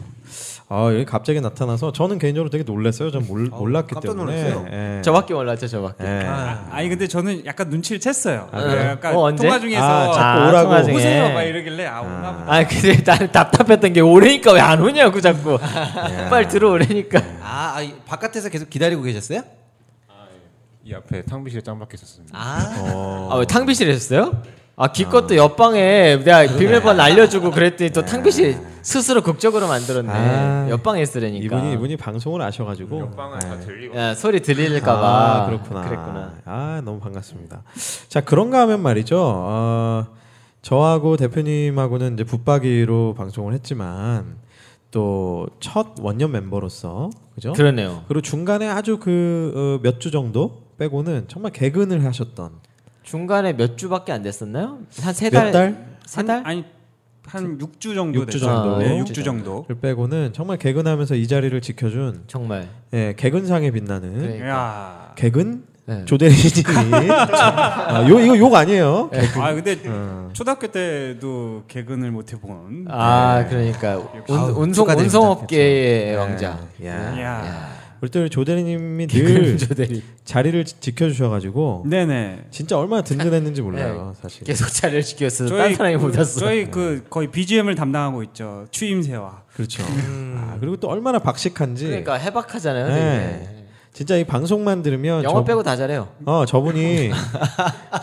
Speaker 1: 아 여기 갑자기 나타나서 저는 개인적으로 되게 놀랐어요. 전 몰,
Speaker 4: 어,
Speaker 1: 몰랐기
Speaker 4: 깜짝
Speaker 1: 때문에.
Speaker 4: 놀랐어요.
Speaker 1: 예.
Speaker 2: 저밖에 몰랐죠 저밖에.
Speaker 1: 예.
Speaker 4: 아.
Speaker 3: 아, 아니 근데 저는 약간 눈치를 챘어요.
Speaker 1: 아, 그래요?
Speaker 3: 약간
Speaker 2: 어, 언제?
Speaker 3: 통화 중에서
Speaker 1: 아, 자꾸 네.
Speaker 2: 아,
Speaker 1: 오라고
Speaker 2: 통화 중에.
Speaker 3: 보세요 막 이러길래 아 오나 보다.
Speaker 2: 아 근데 나는 답답했던 게 오래니까 왜 안 오냐고 자꾸
Speaker 1: 아.
Speaker 2: 빨리 들어오래니까
Speaker 4: 아, 아, 이- 바깥에서 계속 기다리고 계셨어요?
Speaker 6: 이 앞에 탕비실에 짱 박혀 있었습니다.
Speaker 4: 아,
Speaker 1: 어,
Speaker 2: 아 왜 탕비실 했어요? 아 기껏 또 옆방에 내가 비밀번호 알려주고 그랬더니 또 탕비실 스스로 극적으로 만들었네
Speaker 1: 아.
Speaker 2: 옆방에 쓰려니까
Speaker 1: 이분이 이분이 방송을 아셔가지고
Speaker 6: 옆방을 다 들리고
Speaker 2: 야, 소리 들릴까봐
Speaker 1: 아, 그렇구나.
Speaker 2: 그랬구나
Speaker 1: 아, 너무 반갑습니다. 자, 그런가 하면 말이죠. 어, 저하고 대표님하고는 이제 붙박이로 방송을 했지만 또 첫 원년 멤버로서 그죠?
Speaker 2: 그러네요
Speaker 1: 그리고 중간에 아주 그 몇 주 정도 빼고는 정말 개근을 하셨던
Speaker 2: 중간에 몇 주밖에 안 됐었나요? 한
Speaker 1: 몇
Speaker 2: 네, 세달세달
Speaker 1: 달?
Speaker 3: 아니 한 6주 정도
Speaker 1: 육주
Speaker 3: 됐죠.
Speaker 1: 정도.
Speaker 3: 네,
Speaker 1: 육
Speaker 3: 6주 정도.
Speaker 1: 를 빼고는 정말 개근하면서 이 자리를 지켜준
Speaker 2: 정말
Speaker 1: 예, 개근상에 빛나는
Speaker 2: 그래.
Speaker 3: 야.
Speaker 1: 개근
Speaker 2: 네.
Speaker 1: 조대리님이 아, 요 이거 욕 아니에요?
Speaker 2: 네.
Speaker 3: 아 근데
Speaker 1: 어.
Speaker 3: 초등학교 때도 개근을 못 해본.
Speaker 2: 아 그러니까 운,
Speaker 4: 아우,
Speaker 2: 운송
Speaker 4: 축하드립니다.
Speaker 2: 운송업계의 왕자 네.
Speaker 1: 야.
Speaker 3: 야.
Speaker 1: 우리 또 조대리님이 늘
Speaker 2: 조대리
Speaker 1: 자리를 지- 지켜주셔가지고
Speaker 3: 네네.
Speaker 1: 진짜 얼마나 든든했는지 몰라요 사실.
Speaker 2: 계속 자리를 지켜서 딴 사람이 못 왔어
Speaker 1: 예.
Speaker 3: 저희 그 거의 BGM을 담당하고 있죠. 추임새와.
Speaker 1: 그렇죠. 아, 그리고 또 얼마나 박식한지.
Speaker 2: 음. 그러니까 해박하잖아요.
Speaker 1: 네.
Speaker 2: 되게.
Speaker 1: 진짜 이 방송만 들으면
Speaker 2: 영어
Speaker 1: 저,
Speaker 2: 빼고 다 잘해요.
Speaker 1: 어 저분이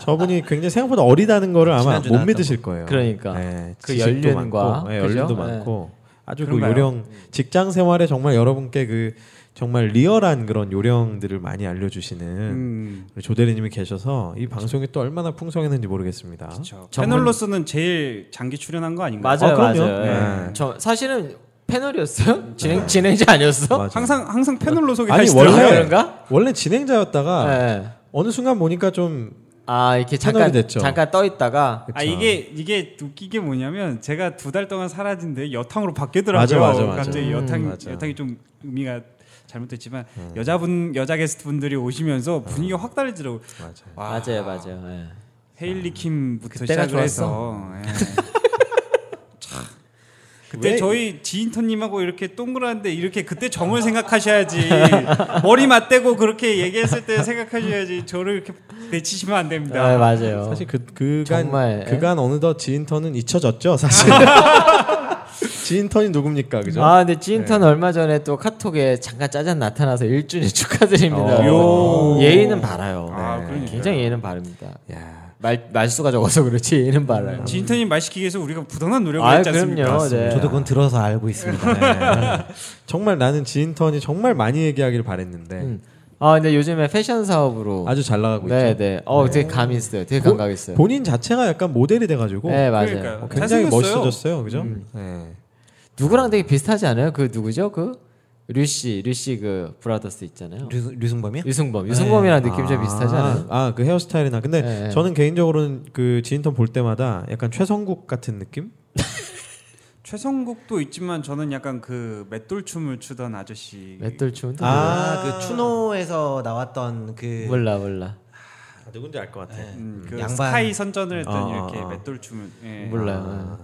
Speaker 1: 저분이 굉장히 생각보다 어리다는 거를 아마
Speaker 4: 지난주
Speaker 1: 못
Speaker 4: 나왔던
Speaker 1: 믿으실 거예요.
Speaker 2: 그러니까.
Speaker 1: 네,
Speaker 2: 그
Speaker 1: 지식도
Speaker 2: 연륜과,
Speaker 1: 많고, 네, 연륜도
Speaker 2: 그죠?
Speaker 1: 많고 아주 그
Speaker 3: 그런가요?
Speaker 1: 요령 직장 생활에 정말 여러분께 그 정말 리얼한 그런 요령들을 많이 알려주시는
Speaker 3: 음.
Speaker 1: 우리 조대리님이 계셔서 이 방송이 또 얼마나 풍성했는지 모르겠습니다.
Speaker 3: 저 음. 패널로서는 제일 장기 출연한 거 아닌가요?
Speaker 2: 맞아요,
Speaker 1: 아, 그럼요.
Speaker 2: 맞아요. 예.
Speaker 1: 네.
Speaker 2: 저 사실은 패널이었어요? 진행 진행자 아니었어?
Speaker 1: 맞아요.
Speaker 3: 항상 항상 패널로
Speaker 1: 아니
Speaker 3: 소개하시더라고요.
Speaker 1: 원래
Speaker 2: 그런가?
Speaker 1: 원래 진행자였다가
Speaker 2: 네.
Speaker 1: 어느 순간 보니까 좀
Speaker 2: 아 이렇게
Speaker 1: 패널이
Speaker 2: 잠깐
Speaker 1: 됐죠.
Speaker 2: 잠깐 떠 있다가
Speaker 3: 아 이게 이게 웃기게 뭐냐면 제가 두 달 동안 사라진데 여탕으로
Speaker 1: 맞아,
Speaker 3: 바뀌더라고요.
Speaker 1: 맞아, 맞아.
Speaker 3: 갑자기
Speaker 1: 음,
Speaker 3: 여탕
Speaker 1: 맞아. 음.
Speaker 3: 여탕이 좀 의미가 잘못됐지만 여자분 여자 게스트분들이 오시면서 분위기가 확 달라지더라고.
Speaker 1: 맞아.
Speaker 3: 와,
Speaker 2: 맞아요, 맞아요. 네.
Speaker 3: 헤일리 킴부터
Speaker 2: 그때가
Speaker 3: 시작을 해서 예. 그때
Speaker 1: 왜-
Speaker 3: 저희 지인터님하고 이렇게 동그란데 이렇게 그때 정을 생각하셔야지 머리 맞대고 그렇게 얘기했을 때 생각하셔야지 저를 이렇게 내치시면 안
Speaker 2: 아,
Speaker 3: 됩니다.
Speaker 2: 맞아요.
Speaker 1: 사실 그 그간
Speaker 2: 정말, 예?
Speaker 1: 그간 어느덧 지인턴은 잊혀졌죠 사실. 지인턴이 누굽니까 그죠?
Speaker 2: 아, 근데 지인턴 얼마 전에 또 카톡에 잠깐 짜잔 나타나서 1주년 축하드립니다.
Speaker 3: 요.
Speaker 2: 예의는 바라요.
Speaker 6: 아,
Speaker 2: 네.
Speaker 6: 그러니까요.
Speaker 2: 굉장히 예의는 바릅니다.
Speaker 1: 야,
Speaker 2: 말 말수가 적어서 그렇지 예의는 바라요.
Speaker 3: 음, 지인터님 말 시키기 위해서 우리가 부단한 노력을
Speaker 2: 아,
Speaker 3: 했지 않습니까?
Speaker 2: 그럼요. 네.
Speaker 4: 저도 그건 들어서 알고 있습니다. 네.
Speaker 1: 정말 나는 지인턴이 정말 많이 얘기하길 바랬는데
Speaker 2: 음. 아, 근데 요즘에 패션 사업으로
Speaker 1: 아주 잘 나가고
Speaker 2: 네,
Speaker 1: 있죠.
Speaker 2: 네. 어, 되게 감이 있어요. 되게
Speaker 1: 본-
Speaker 2: 감각 있어요.
Speaker 1: 본인 자체가 약간 모델이 돼가지고
Speaker 2: 네, 음. 맞아요.
Speaker 3: 그러니까요.
Speaker 1: 어, 굉장히
Speaker 3: 잘생겼어요.
Speaker 1: 멋있어졌어요, 그죠? 네.
Speaker 2: 누구랑 되게 비슷하지 않아요? 그 누구죠? 그 류씨, 류씨 그 브라더스 있잖아요.
Speaker 4: 류, 류승범이요?
Speaker 2: 유승범, 유승범이랑 느낌 좀 비슷하지 않아요?
Speaker 1: 아, 그 헤어스타일이나. 근데
Speaker 2: 네.
Speaker 1: 저는 개인적으로는 그 지인턴 볼 때마다 약간 최성국 같은 느낌?
Speaker 3: 최성국도 있지만 저는 약간 그 맷돌춤을 추던 아저씨.
Speaker 2: 맷돌 추운데
Speaker 1: 아, 네.
Speaker 4: 아그 추노에서 나왔던 그
Speaker 2: 몰라 몰라
Speaker 1: 아, 누군지 알 것 같아.
Speaker 3: 음, 그
Speaker 4: 양반.
Speaker 3: 스카이 선전을 했던
Speaker 1: 아,
Speaker 3: 이렇게
Speaker 1: 아.
Speaker 3: 맷돌춤을. 예.
Speaker 2: 어, 몰라.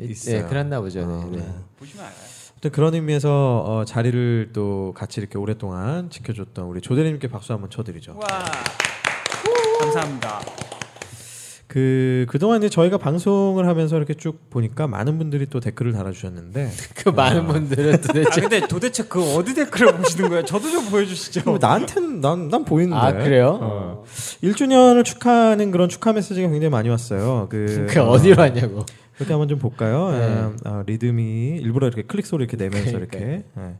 Speaker 2: 예,
Speaker 1: 있어요. 아,
Speaker 2: 예, 그랬나 보죠. 네. 네.
Speaker 3: 보시면 알아요.
Speaker 1: 아무튼 그런 의미에서 어, 자리를 또 같이 이렇게 오랫동안 지켜줬던 우리 조대리님께 박수 한번 쳐드리죠.
Speaker 3: 와. 감사합니다.
Speaker 1: 그 그동안 이제 저희가 방송을 하면서 이렇게 쭉 보니까 많은 분들이 또 댓글을 달아주셨는데
Speaker 2: 그 많은 분들은
Speaker 3: 아
Speaker 2: 도대체
Speaker 3: 근데 도대체 그 어디 댓글을 보시는 거예요? 저도 좀 보여주시죠.
Speaker 1: 뭐 나한테는 난, 난 보이는데
Speaker 2: 아, 그래요?
Speaker 1: 어. 1주년을 축하하는 그런 축하 메시지가 굉장히 많이 왔어요 그,
Speaker 2: 그 어디로 네. 왔냐고.
Speaker 1: 그렇게 한번 좀 볼까요? 아, 아, 리듬이 일부러 이렇게 클릭 소리 이렇게 내면서 이렇게 예.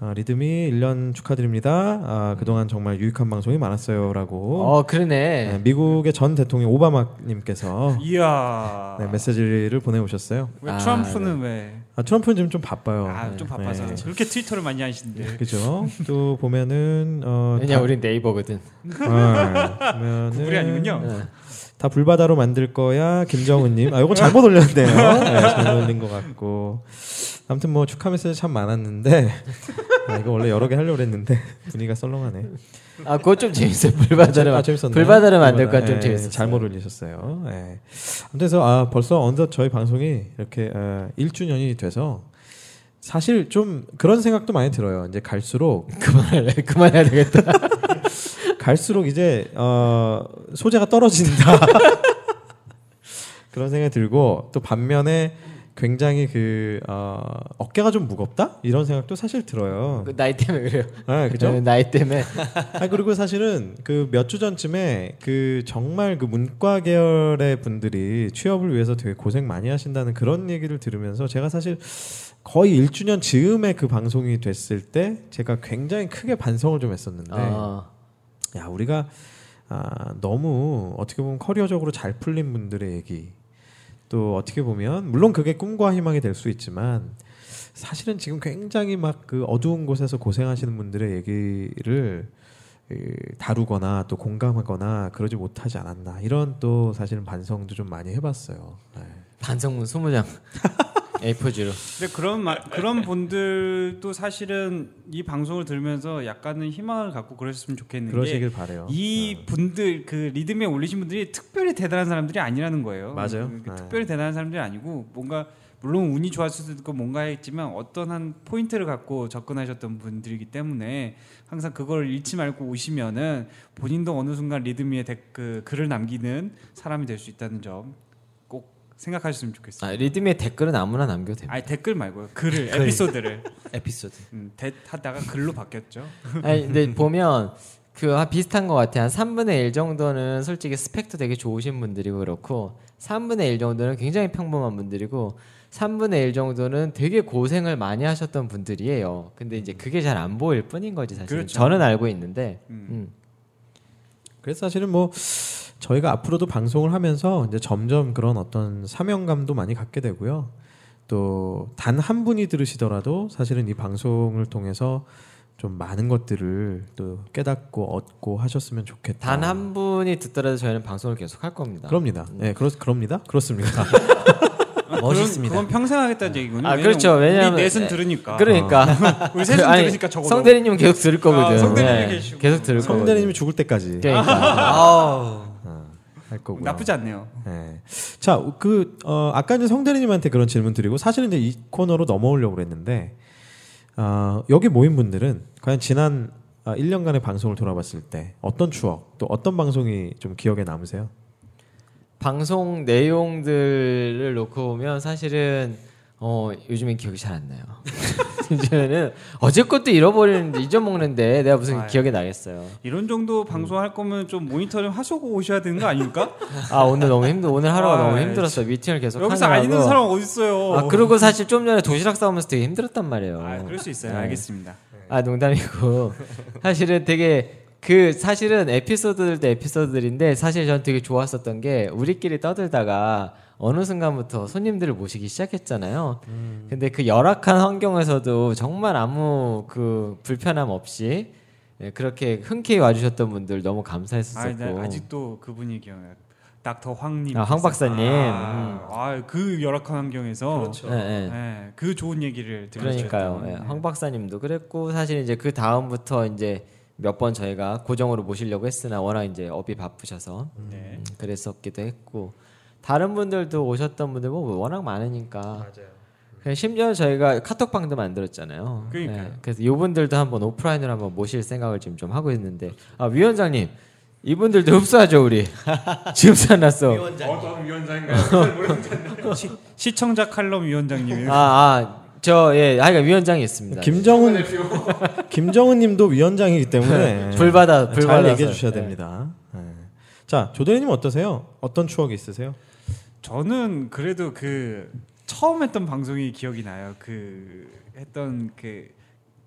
Speaker 1: 아, 리듬이 1년 축하드립니다 아, 그동안 정말 유익한 방송이 많았어요라고
Speaker 2: 어 그러네.
Speaker 1: 예, 미국의 전 대통령 오바마님께서
Speaker 3: 이야.
Speaker 1: 네, 메시지를 보내오셨어요
Speaker 3: 왜
Speaker 2: 아,
Speaker 3: 트럼프는 왜?
Speaker 1: 아, 트럼프는 지금 좀 바빠요
Speaker 3: 아 좀
Speaker 1: 네,
Speaker 3: 바빠서
Speaker 1: 네.
Speaker 3: 그렇게 트위터를 많이 하시는데.
Speaker 1: 그죠? 또 보면은 어,
Speaker 2: 왜냐 우린 네이버거든.
Speaker 1: 다, 어, 보면은
Speaker 3: 구글이 아니군요.
Speaker 1: 다 불바다로 만들 거야 김정은님. 아 이거 잘못 올렸네요. 네, 잘못 올린 것 같고. 아무튼 뭐 축하 메시지 참 많았는데 아, 이거 원래 여러 개 하려고 했는데 분위기가 썰렁하네.
Speaker 2: 아 그거 좀 재밌어. 불바다를
Speaker 1: 아,
Speaker 2: 만-
Speaker 1: 재밌었나요?
Speaker 2: 불바다를 만들
Speaker 1: 불바다.
Speaker 2: 거좀
Speaker 1: 예,
Speaker 2: 재밌었어.
Speaker 1: 잘못 올리셨어요. 예. 아무튼 그래서 아 벌써 어느덧 저희 방송이 이렇게 어, 1주년이 돼서 사실 좀 그런 생각도 많이 들어요. 이제 갈수록
Speaker 2: 그만해 그만해야 되겠다.
Speaker 1: 갈수록 이제 어, 소재가 떨어진다 그런 생각이 들고 또 반면에 굉장히 그 어, 어깨가 좀 무겁다 이런 생각도 사실 들어요.
Speaker 2: 그 나이 때문에 그래요.
Speaker 1: 아
Speaker 2: 네,
Speaker 1: 그죠?
Speaker 2: 나이 때문에
Speaker 1: 아 그리고 사실은 그 몇 주 전쯤에 그 정말 그 문과 계열의 분들이 취업을 위해서 되게 고생 많이 하신다는 그런 얘기를 들으면서 제가 사실 거의 1주년 즈음에 그 방송이 됐을 때 제가 굉장히 크게 반성을 좀 했었는데
Speaker 2: 어,
Speaker 1: 야 우리가 아, 너무 어떻게 보면 커리어적으로 잘 풀린 분들의 얘기 또 어떻게 보면 물론 그게 꿈과 희망이 될 수 있지만 사실은 지금 굉장히 막 그 어두운 곳에서 고생하시는 분들의 얘기를 이, 다루거나 또 공감하거나 그러지 못하지 않았나 이런 또 사실은 반성도 좀 많이 해봤어요. 네.
Speaker 2: 반성문 20장 A4지로.
Speaker 3: 근데 그런 마, 그런 분들도 사실은 이 방송을 들으면서 약간은 희망을 갖고 그러셨으면 좋겠는
Speaker 1: 그러시길
Speaker 2: 그렇죠.
Speaker 1: 바래요. 네.
Speaker 3: 게 음, 이
Speaker 2: 네.
Speaker 3: 분들 그 리듬에 올리신 분들이 특별히 대단한 사람들이 아니라는 거예요.
Speaker 1: 맞아요.
Speaker 3: 그
Speaker 1: 네.
Speaker 3: 특별히 대단한 사람들이 아니고 뭔가 물론 운이 좋았을 수도 있고 뭔가 했지만 어떤 한 포인트를 갖고 접근하셨던 분들이기 때문에 항상 그걸 잃지 말고 오시면은 본인도 어느 순간 리듬 위에 댓- 그 글을 남기는 사람이 될 수 있다는 점 꼭 생각하셨으면 좋겠어요.
Speaker 2: 아, 리듬의 댓글은 아무나 남겨도 됩니다.
Speaker 3: 아니 댓글 말고요. 글을 에피소드를
Speaker 4: 에피소드.
Speaker 3: 음, 댓 하다가 글로 바뀌었죠.
Speaker 2: 아니 근데 보면 그 아, 비슷한 것 같아요. 한 3분의 1 정도는 솔직히 스펙도 되게 좋으신 분들이고 그렇고 3분의 1 정도는 굉장히 평범한 분들이고 3분의 1 정도는 되게 고생을 많이 하셨던 분들이에요. 근데 이제 그게 잘 안 보일 뿐인 거지 사실. 은
Speaker 3: 그렇죠.
Speaker 2: 저는 알고 있는데 음.
Speaker 1: 그래서 사실은 뭐 저희가 앞으로도 방송을 하면서 이제 점점 그런 어떤 사명감도 많이 갖게 되고요. 또 단 한 분이 들으시더라도 사실은 이 방송을 통해서 좀 많은 것들을 또 깨닫고 얻고 하셨으면 좋겠다.
Speaker 2: 단 한 분이 듣더라도 저희는 방송을 계속 할 겁니다.
Speaker 1: 그럽니다. 예, 그렇 그럽니다. 그렇습니다.
Speaker 4: 멋있습니다.
Speaker 3: 아, 그건, 그건 평생 하겠다는 얘기군요.
Speaker 2: 아, 그렇죠. 왜냐면-
Speaker 3: 우리 넷은
Speaker 2: 네.
Speaker 3: 들으니까. 어.
Speaker 2: 그러니까
Speaker 3: 우리 셋은
Speaker 2: 그, 아니,
Speaker 3: 들으니까 적어도.
Speaker 2: 성대리님은 계속 들을 네. 거거든.
Speaker 3: 성대리님이 계시고.
Speaker 2: 계속 들을 거거든.
Speaker 3: 아.
Speaker 1: 성대님이 죽을 때까지.
Speaker 2: 그러니까
Speaker 4: 아우.
Speaker 1: 할 거고요.
Speaker 3: 나쁘지 않네요.
Speaker 1: 네. 자, 그 어, 아까 이제 성대리님한테 그런 질문 드리고 사실은 이제 이 코너로 넘어오려고 그랬는데 어, 여기 모인 분들은 과연 지난 아, 1년간의 방송을 돌아봤을 때 어떤 추억 또 어떤 방송이 좀 기억에 남으세요?
Speaker 2: 방송 내용들을 놓고 보면 사실은 어 요즘엔 기억이 잘 안 나요. 이제는 어제 것도 잃어버리는데 잊어먹는데 내가 무슨
Speaker 3: 아유.
Speaker 2: 기억이 나겠어요.
Speaker 3: 이런
Speaker 2: 음.
Speaker 3: 정도 방송할 거면 좀 모니터링 하시고 오셔야 되는 거 아닙니까?
Speaker 2: 아 오늘 너무 힘들 오늘 하루가
Speaker 3: 아유,
Speaker 2: 너무 힘들었어. 미팅을 계속
Speaker 3: 여기서
Speaker 2: 하느라고.
Speaker 3: 안 있는 사람 어디 있어요?
Speaker 2: 아 그리고 사실 좀 전에 도시락 싸우면서 되게 힘들었단 말이에요.
Speaker 3: 아, 그럴 수 있어요.
Speaker 2: 네.
Speaker 3: 알겠습니다.
Speaker 2: 아 농담이고 사실은 되게 그 사실은 에피소드들도 에피소드들인데 사실 전 되게 좋았었던 게 우리끼리 떠들다가 어느 순간부터 손님들을 모시기 시작했잖아요.
Speaker 3: 음.
Speaker 2: 근데 그 열악한 환경에서도 정말 아무 그 불편함 없이 예, 그렇게 흔쾌히 와주셨던 분들 너무
Speaker 3: 아,
Speaker 2: 감사했었고.
Speaker 3: 나 아직도 그분이 기억나요. 닥터 황님.
Speaker 2: 아, 황 박사님. 음.
Speaker 3: 아, 아, 그 열악한 환경에서
Speaker 2: 예, 예.
Speaker 3: 네, 그 좋은 얘기를 들으셨죠. 네. 음.
Speaker 2: 그러니까요. 예, 황 박사님도 그랬고 사실 이제 그 다음부터 이제 몇 번 저희가 고정으로 모시려고 했으나 워낙 이제 업이 바쁘셔서
Speaker 3: 네.
Speaker 2: 음, 그랬었기도 했고 다른 분들도 오셨던 분들 뭐 워낙 많으니까 그냥 심지어 저희가 카톡방도 만들었잖아요. 네,
Speaker 3: 그러니까요.
Speaker 2: 그래서 이분들도 한번 오프라인으로 한번 모실 생각을 지금 좀 하고 있는데 아 위원장님 이분들도 흡수하죠 우리 지금 사놨어.
Speaker 6: 어떤 위원장인가요? 모르겠는데.
Speaker 3: 시청자 칼럼 위원장님.
Speaker 2: 아, 아아저예 하여간 위원장이 있습니다.
Speaker 1: 김정은 김정은님도 위원장이기 때문에
Speaker 2: 네. 불받아 불받아
Speaker 1: 잘 얘기해 주셔야 됩니다. 네. 자, 조대리님 어떠세요? 어떤 추억이 있으세요?
Speaker 3: 저는 그래도 그 처음 했던 방송이 기억이 나요. 그 했던 그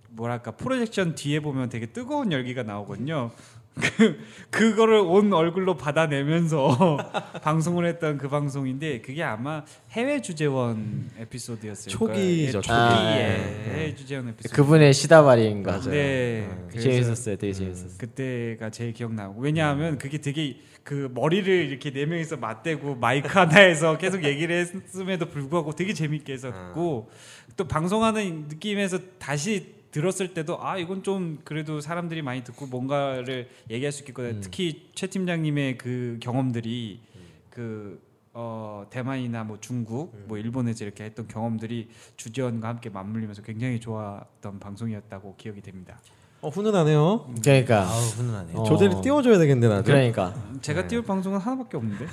Speaker 3: 뭐랄까 프로젝션 뒤에 보면 되게 뜨거운 열기가 나오거든요. 그 그거를 온 얼굴로 받아내면서 방송을 했던 그 방송인데 그게 아마 해외 주재원 에피소드였을 거예요.
Speaker 1: 초기죠,
Speaker 3: 예,
Speaker 1: 초기.
Speaker 3: 초기에
Speaker 2: 아,
Speaker 1: 예.
Speaker 3: 해외 주재원 에피소드.
Speaker 2: 네. 그분의 시다바리인가.
Speaker 3: 네. 그래서
Speaker 2: 재밌었어요. 되게 재밌었어요.
Speaker 3: 그때가 제일 기억나고 왜냐하면 그게 되게 그 머리를 이렇게 네 명이서 맞대고 마이크 하나에서 계속 얘기를 했음에도 불구하고 되게 재밌게 해서 듣고
Speaker 2: 아.
Speaker 3: 또 방송하는 느낌에서 다시 들었을 때도 아 이건 좀 그래도 사람들이 많이 듣고 뭔가를 얘기할 수 있겠구나
Speaker 2: 음.
Speaker 3: 특히 최 팀장님의 그 경험들이 그 어, 대만이나 뭐 중국,
Speaker 2: 음.
Speaker 3: 뭐 일본에서 이렇게 했던 경험들이 주재원과 함께 맞물리면서 굉장히 좋았던 방송이었다고 기억이 됩니다.
Speaker 1: 어, 훈훈하네요.
Speaker 2: 그러니까
Speaker 4: 아우 훈훈하네.
Speaker 2: 어.
Speaker 1: 조대리 띄워줘야 되겠는데 나도.
Speaker 2: 그러니까
Speaker 3: 제가 띄울 방송은 하나밖에 없는데.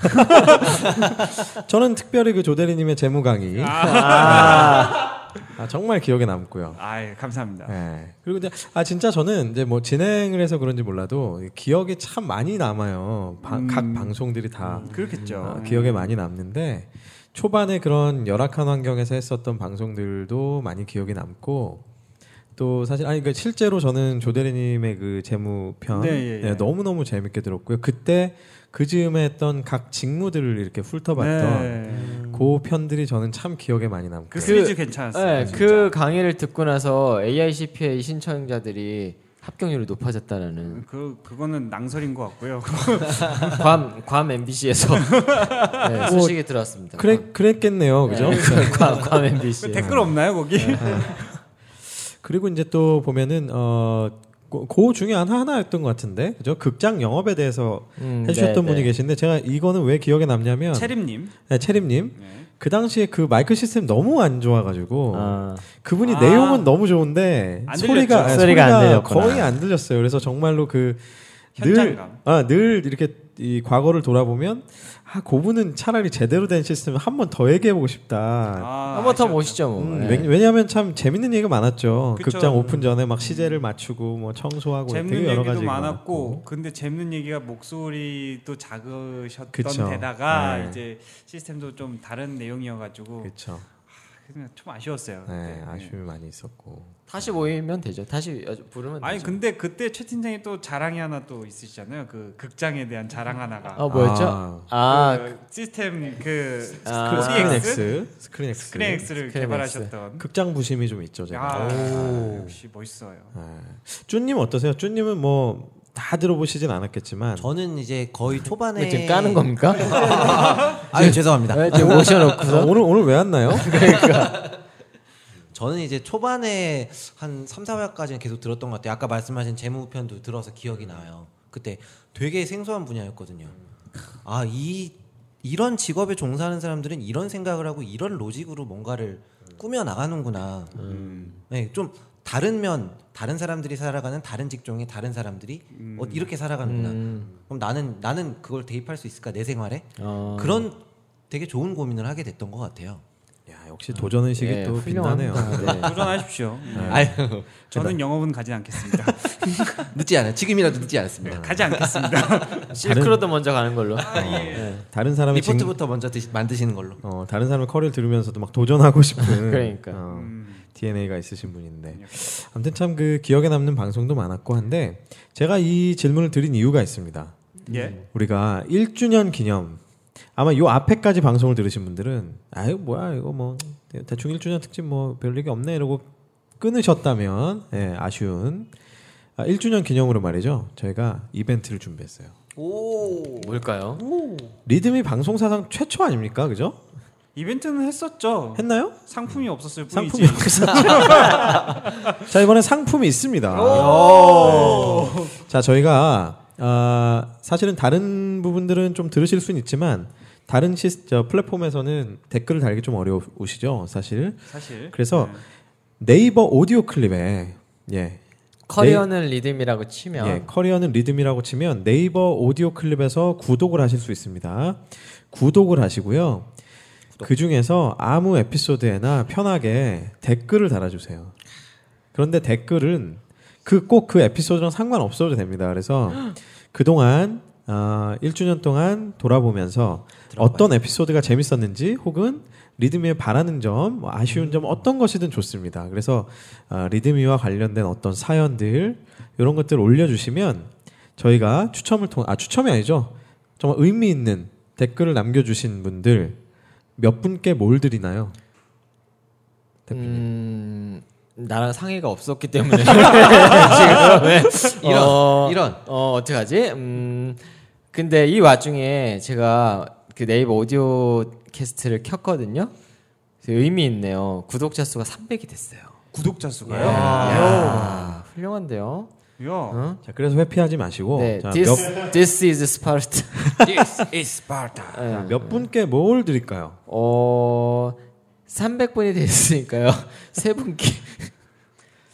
Speaker 1: 저는 특별히 그 조대리님의 재무 강의 아, 정말 기억에 남고요.
Speaker 3: 아, 감사합니다.
Speaker 1: 예. 그리고 이제 아 진짜 저는 이제 뭐 진행을 해서 그런지 몰라도 이 기억이 참 많이 남아요. 바-
Speaker 3: 음.
Speaker 1: 각 방송들이 다
Speaker 3: 네. 그렇겠죠. 음.
Speaker 1: 어, 기억에 많이 남는데 초반에 그런 열악한 환경에서 했었던 방송들도 많이 기억에 남고 또 사실 아니 그 실제로 저는 조대리님의 그 재무편
Speaker 3: 네, 예, 예.
Speaker 1: 너무 너무 재밌게 들었고요. 그때 그 즈음에 했던 각 직무들을 이렇게 훑어봤던
Speaker 3: 네.
Speaker 1: 그 편들이 저는 참 기억에 많이 남고
Speaker 3: 그
Speaker 1: 요
Speaker 3: 시리즈 괜찮았어요.
Speaker 2: 네,
Speaker 3: 진짜.
Speaker 2: 그 강의를 듣고 나서 AICPA 신청자들이 합격률이 높아졌다라는
Speaker 3: 그 그거는 낭설인 것 같고요.
Speaker 2: 괌, 괌 MBC에서 네, 소식이 들어왔습니다.
Speaker 1: 아. 그래 그랬겠네요, 그죠?
Speaker 2: 네, 괌, 괌 MBC.
Speaker 3: 그 댓글 없나요 거기?
Speaker 1: 그리고 이제 또 보면은 어그 중에 하나 하나였던 것 같은데 그죠? 극장 영업에 대해서
Speaker 2: 음,
Speaker 1: 해주셨던
Speaker 2: 네,
Speaker 1: 분이
Speaker 2: 네.
Speaker 1: 계신데 제가 이거는 왜 기억에 남냐면
Speaker 3: 체림님.
Speaker 1: 네, 체림님
Speaker 3: 네.
Speaker 1: 그 당시에 그 마이크 시스템 너무 안 좋아가지고
Speaker 2: 아,
Speaker 1: 그분이
Speaker 3: 아.
Speaker 1: 내용은 너무 좋은데
Speaker 3: 안 들렸죠.
Speaker 1: 소리가 아,
Speaker 2: 소리가 안 들렸구나.
Speaker 1: 거의 안 들렸어요. 그래서 정말로 그늘아늘
Speaker 3: 현장감.
Speaker 1: 이렇게 이 과거를 돌아보면 아 고분은 차라리 제대로 된 시스템 을 한 번 더 얘기해보고 싶다.
Speaker 3: 아,
Speaker 2: 한번 더
Speaker 3: 아쉬웠다.
Speaker 2: 모시죠 뭐.
Speaker 1: 음,
Speaker 2: 네.
Speaker 1: 왜- 왜냐하면 참 재밌는 얘기가 많았죠.
Speaker 3: 그쵸.
Speaker 1: 극장 오픈 전에 막 시제를 맞추고 뭐 청소하고 되게
Speaker 3: 재밌는
Speaker 1: 여러
Speaker 3: 얘기도
Speaker 1: 가지
Speaker 3: 많았고, 근데 재밌는 얘기가 목소리도 작으셨던
Speaker 1: 그쵸.
Speaker 3: 데다가
Speaker 1: 네.
Speaker 3: 이제 시스템도 좀 다른 내용이어가지고
Speaker 1: 그렇죠.
Speaker 3: 그냥 좀 아쉬웠어요.
Speaker 1: 네,
Speaker 3: 그때.
Speaker 1: 아쉬움이 많이 있었고.
Speaker 2: 다시 모이면 되죠. 다시 여- 부르면
Speaker 3: 아니
Speaker 2: 되죠.
Speaker 3: 근데 그때 최 팀장이 또 자랑이 하나 또 있으시잖아요. 그 극장에 대한 자랑 하나가.
Speaker 2: 아 뭐였죠?
Speaker 1: 아.
Speaker 2: 아,
Speaker 3: 그 시스템 그
Speaker 2: 아,
Speaker 1: 그 스크린엑스,
Speaker 3: 스크린엑스
Speaker 1: 스크린엑스,
Speaker 3: 스크린엑스를
Speaker 2: 스크린엑스.
Speaker 3: 개발하셨던.
Speaker 1: 극장 부심이 좀 있죠 제가. 네.
Speaker 3: 아,
Speaker 4: 오.
Speaker 3: 역시 멋있어요.
Speaker 1: 쭈님 어떠세요? 쭈님은 뭐 다 들어보시진 않았겠지만
Speaker 4: 저는 이제 거의 초반에
Speaker 2: 왜 지금 까는 겁니까?
Speaker 4: 아유 죄송합니다.
Speaker 2: 왜 지금 네. 모셔놓고
Speaker 1: 그래서 어, 오늘 오늘 왜 왔나요?
Speaker 4: 저는 이제 초반에 한 3, 4회까지는 계속 들었던 것 같아요. 아까 말씀하신 재무편도 들어서 기억이 나요. 그때 되게 생소한 분야였거든요. 아이 이런 직업에 종사하는 사람들은 이런 생각을 하고 이런 로직으로 뭔가를 꾸며 나가는구나.
Speaker 2: 음.
Speaker 4: 네, 좀 다른 면 다른 사람들이 살아가는 다른 직종의 다른 사람들이
Speaker 2: 음.
Speaker 4: 어, 이렇게 살아가는구나. 그럼 나는 나는 그걸 대입할 수 있을까 내 생활에
Speaker 2: 어,
Speaker 4: 그런 되게 좋은 고민을 하게 됐던 것 같아요.
Speaker 1: 야 역시 도전 의식이
Speaker 2: 예,
Speaker 1: 또
Speaker 2: 훌륭합니다.
Speaker 1: 빛나네요.
Speaker 2: 네.
Speaker 3: 도전하십시오.
Speaker 4: 아유,
Speaker 3: 저는 영업은 가지 않겠습니다.
Speaker 4: 늦지 않아. 지금이라도 늦지 않았습니다.
Speaker 3: 가지 않겠습니다.
Speaker 2: 실크로도 먼저 가는 걸로.
Speaker 1: 다른 사람의 직,
Speaker 4: 리포트부터 먼저 드시, 만드시는 걸로.
Speaker 1: 어, 다른 사람의 커리를 들으면서도 막 도전하고 싶은
Speaker 2: 그러니까.
Speaker 1: 어,
Speaker 3: 음.
Speaker 1: DNA가 있으신 분인데
Speaker 3: 예.
Speaker 1: 아무튼 참 그 기억에 남는 방송도 많았고 한데 제가 이 질문을 드린 이유가 있습니다.
Speaker 3: 예.
Speaker 1: 우리가 1주년 기념 아마 요 앞에까지 방송을 들으신 분들은 아유 뭐야 이거 뭐 대충 1주년 특집 뭐 별 얘기 없네 이러고 끊으셨다면 예, 아쉬운 아, 1주년 기념으로 말이죠 저희가 이벤트를 준비했어요
Speaker 4: 오.
Speaker 2: 뭘까요?
Speaker 1: 리듬이 방송 사상 최초 아닙니까 그죠?
Speaker 3: 이벤트는 했었죠.
Speaker 1: 했나요? 음.
Speaker 3: 상품이 없었을 뿐이지.
Speaker 1: 상품이 없어서 자 이번에 상품이 있습니다
Speaker 2: 네.
Speaker 1: 자 저희가 아, 사실은 다른 부분들은 좀 들으실 수는 있지만 다른 시스, 저 플랫폼에서는 댓글을 달기 좀 어려우시죠 사실
Speaker 3: 사실. 네.
Speaker 1: 그래서 네이버 오디오 클립에 예,
Speaker 2: 커리어는 리듬이라고 치면
Speaker 1: 예, 커리어는 리듬이라고 치면 네이버 오디오 클립에서 구독을 하실 수 있습니다. 구독을 하시고요. 그 중에서 아무 에피소드에나 편하게 댓글을 달아주세요. 그런데 댓글은 그 꼭 그 에피소드랑 상관없어도 됩니다. 그래서 그동안 아 1주년 동안 돌아보면서 어떤 에피소드가 재밌었는지 혹은 리드미에 바라는 점, 뭐
Speaker 2: 음.
Speaker 1: 아쉬운 점 어떤 것이든 좋습니다. 그래서 아, 리드미와 관련된 어떤 사연들 이런 것들 올려주시면 저희가 추첨을 통해 아 추첨이 아니죠. 정말 의미 있는 댓글을 남겨주신 분들 몇 분께 뭘 드리나요? 대표님.
Speaker 2: 음, 나랑 상의가 없었기 때문에 지금
Speaker 4: 이런,
Speaker 2: 어,
Speaker 4: 이런.
Speaker 2: 어 어떡하지? 음 근데 이 와중에 제가 그 네이버 오디오 캐스트를 켰거든요. 그래서 의미 있네요. 구독자 수가 300이 됐어요.
Speaker 3: 구독자 수가요.
Speaker 2: 예.
Speaker 3: 아,
Speaker 2: 이야, 훌륭한데요.
Speaker 3: 야.
Speaker 1: 자 그래서 회피하지 마시고
Speaker 2: 네,
Speaker 1: 뭐, 자, 몇,
Speaker 2: this, this is Sparta.
Speaker 3: This is Sparta.
Speaker 2: 네.
Speaker 1: 몇 분께 뭘 드릴까요?
Speaker 2: 어 300분이 됐으니까요. 세 분께.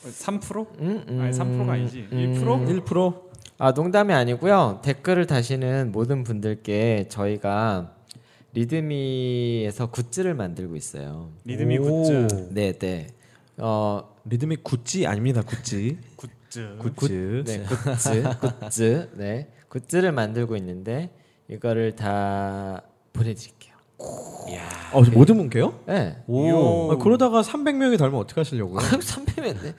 Speaker 3: 3%?
Speaker 2: 음, 음.
Speaker 3: 아니 3%가 아니지.
Speaker 1: 음.
Speaker 3: 1%?
Speaker 1: 1%
Speaker 2: 아 농담이 아니고요. 댓글을 다시는 모든 분들께 저희가 리드미에서 굿즈를 만들고 있어요.
Speaker 3: 리드미 굿즈.
Speaker 2: 네, 네. 어,
Speaker 1: 리듬이 구찌 아닙니다 구찌
Speaker 3: 굿즈.
Speaker 1: 굿즈
Speaker 2: 네, 굿즈, 굿즈, 네, 굿즈를 만들고 있는데 이거를 다 보내드릴게요.
Speaker 1: 어, 저 모든 분께요?
Speaker 2: 네.
Speaker 3: 오.
Speaker 1: 아, 그러다가 300명이 달면 어떻게 하시려고요?
Speaker 2: 그럼 300면 돼.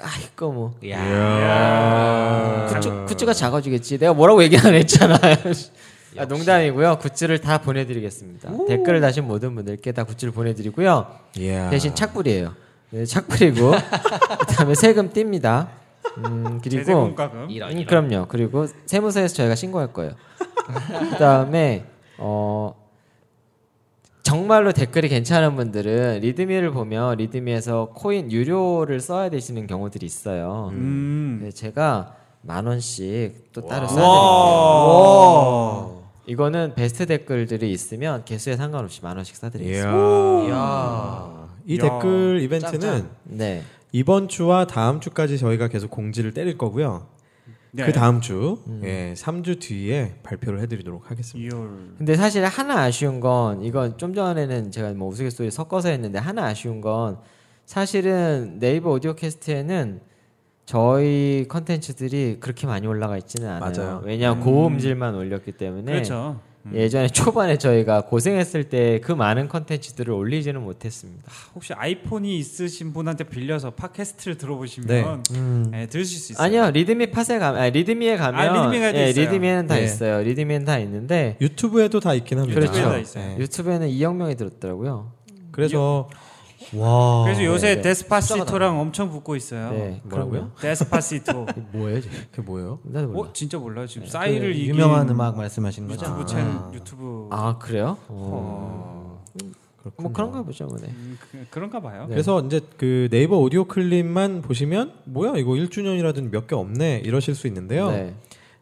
Speaker 2: 아 이거 뭐 굿즈, 굿즈가 작아지겠지. 내가 뭐라고 얘기 안 했잖아. 아, 농담이고요. 굿즈를 다 보내드리겠습니다. 댓글을 다신 모든 분들께 다 굿즈를 보내드리고요.
Speaker 1: 이야.
Speaker 2: 대신 착불이에요. 네, 착불이고 그다음에 세금 띱니다. 음, 그리고
Speaker 3: 재세금과금.
Speaker 2: 음, 그럼요. 그리고 세무서에서 저희가 신고할 거예요. 그다음에 어 정말로 댓글이 괜찮은 분들은 리드미를 보면 리드미에서 코인 유료를 써야 되시는 경우들이 있어요.
Speaker 3: 음.
Speaker 2: 네, 제가 만 원씩 또 따로
Speaker 3: 와.
Speaker 2: 싸드릴게요. 이거는 베스트 댓글들이 있으면 개수에 상관없이 만 원씩 싸드리겠습니다.
Speaker 4: 이야.
Speaker 1: 이
Speaker 3: 야.
Speaker 1: 댓글 이벤트는
Speaker 2: 네.
Speaker 1: 이번 주와 다음 주까지 저희가 계속 공지를 때릴 거고요.
Speaker 3: 네.
Speaker 1: 그 다음 주, 예, 3주 뒤에 발표를 해드리도록 하겠습니다.
Speaker 3: 이월.
Speaker 2: 근데 사실 하나 아쉬운 건 이건 좀 전에는 제가 뭐 우스갯소리 섞어서 했는데 하나 아쉬운 건 사실은 네이버 오디오 캐스트에는 저희 컨텐츠들이 그렇게 많이 올라가 있지는 않아요.
Speaker 1: 맞아요.
Speaker 2: 왜냐하면 고음질만 올렸기 때문에
Speaker 3: 그렇죠.
Speaker 2: 예전에 초반에 저희가 고생했을 때 그 많은 컨텐츠들을 올리지는 못했습니다.
Speaker 3: 혹시 아이폰이 있으신 분한테 빌려서 팟캐스트를 들어보시면
Speaker 1: 네.
Speaker 3: 예, 들으실 수 있어요.
Speaker 2: 아니요, 리드미 팟에 가면 아니, 리드미에 가면
Speaker 3: 아, 리드미가 돼
Speaker 2: 예,
Speaker 3: 있어요.
Speaker 2: 리드미에는 다
Speaker 1: 네.
Speaker 2: 있어요. 리드미에는 다 있는데
Speaker 1: 유튜브에도 다 있긴 합니다.
Speaker 2: 그렇죠.
Speaker 3: 유튜브에 다 네, 있어요.
Speaker 1: 예.
Speaker 2: 유튜브에는 2억명이 들었더라고요.
Speaker 1: 그래서 어.
Speaker 4: 와.
Speaker 3: 그래서 요새
Speaker 2: 네.
Speaker 3: 데스파시토랑 엄청 붙고 있어요.
Speaker 2: 네,
Speaker 1: 뭐라고요?
Speaker 3: 데스파시토.
Speaker 2: 뭐예요, 지
Speaker 1: 그게 뭐예요?
Speaker 2: 나도 몰라.
Speaker 3: 어, 진짜 몰라요. 지금 싸이를 이긴
Speaker 4: 그 유명한 음악 말씀하시는 거죠?
Speaker 3: 유튜브 채널 유튜브
Speaker 2: 아 그래요?
Speaker 3: 어.
Speaker 2: 뭐 그런 거 보죠, 뭐. 네.
Speaker 3: 음, 그, 그런가 봐요.
Speaker 2: 네.
Speaker 1: 그래서 이제 그 네이버 오디오 클립만 보시면 뭐야 이거 1주년이라든 몇 개 없네 이러실 수 있는데요.
Speaker 2: 네.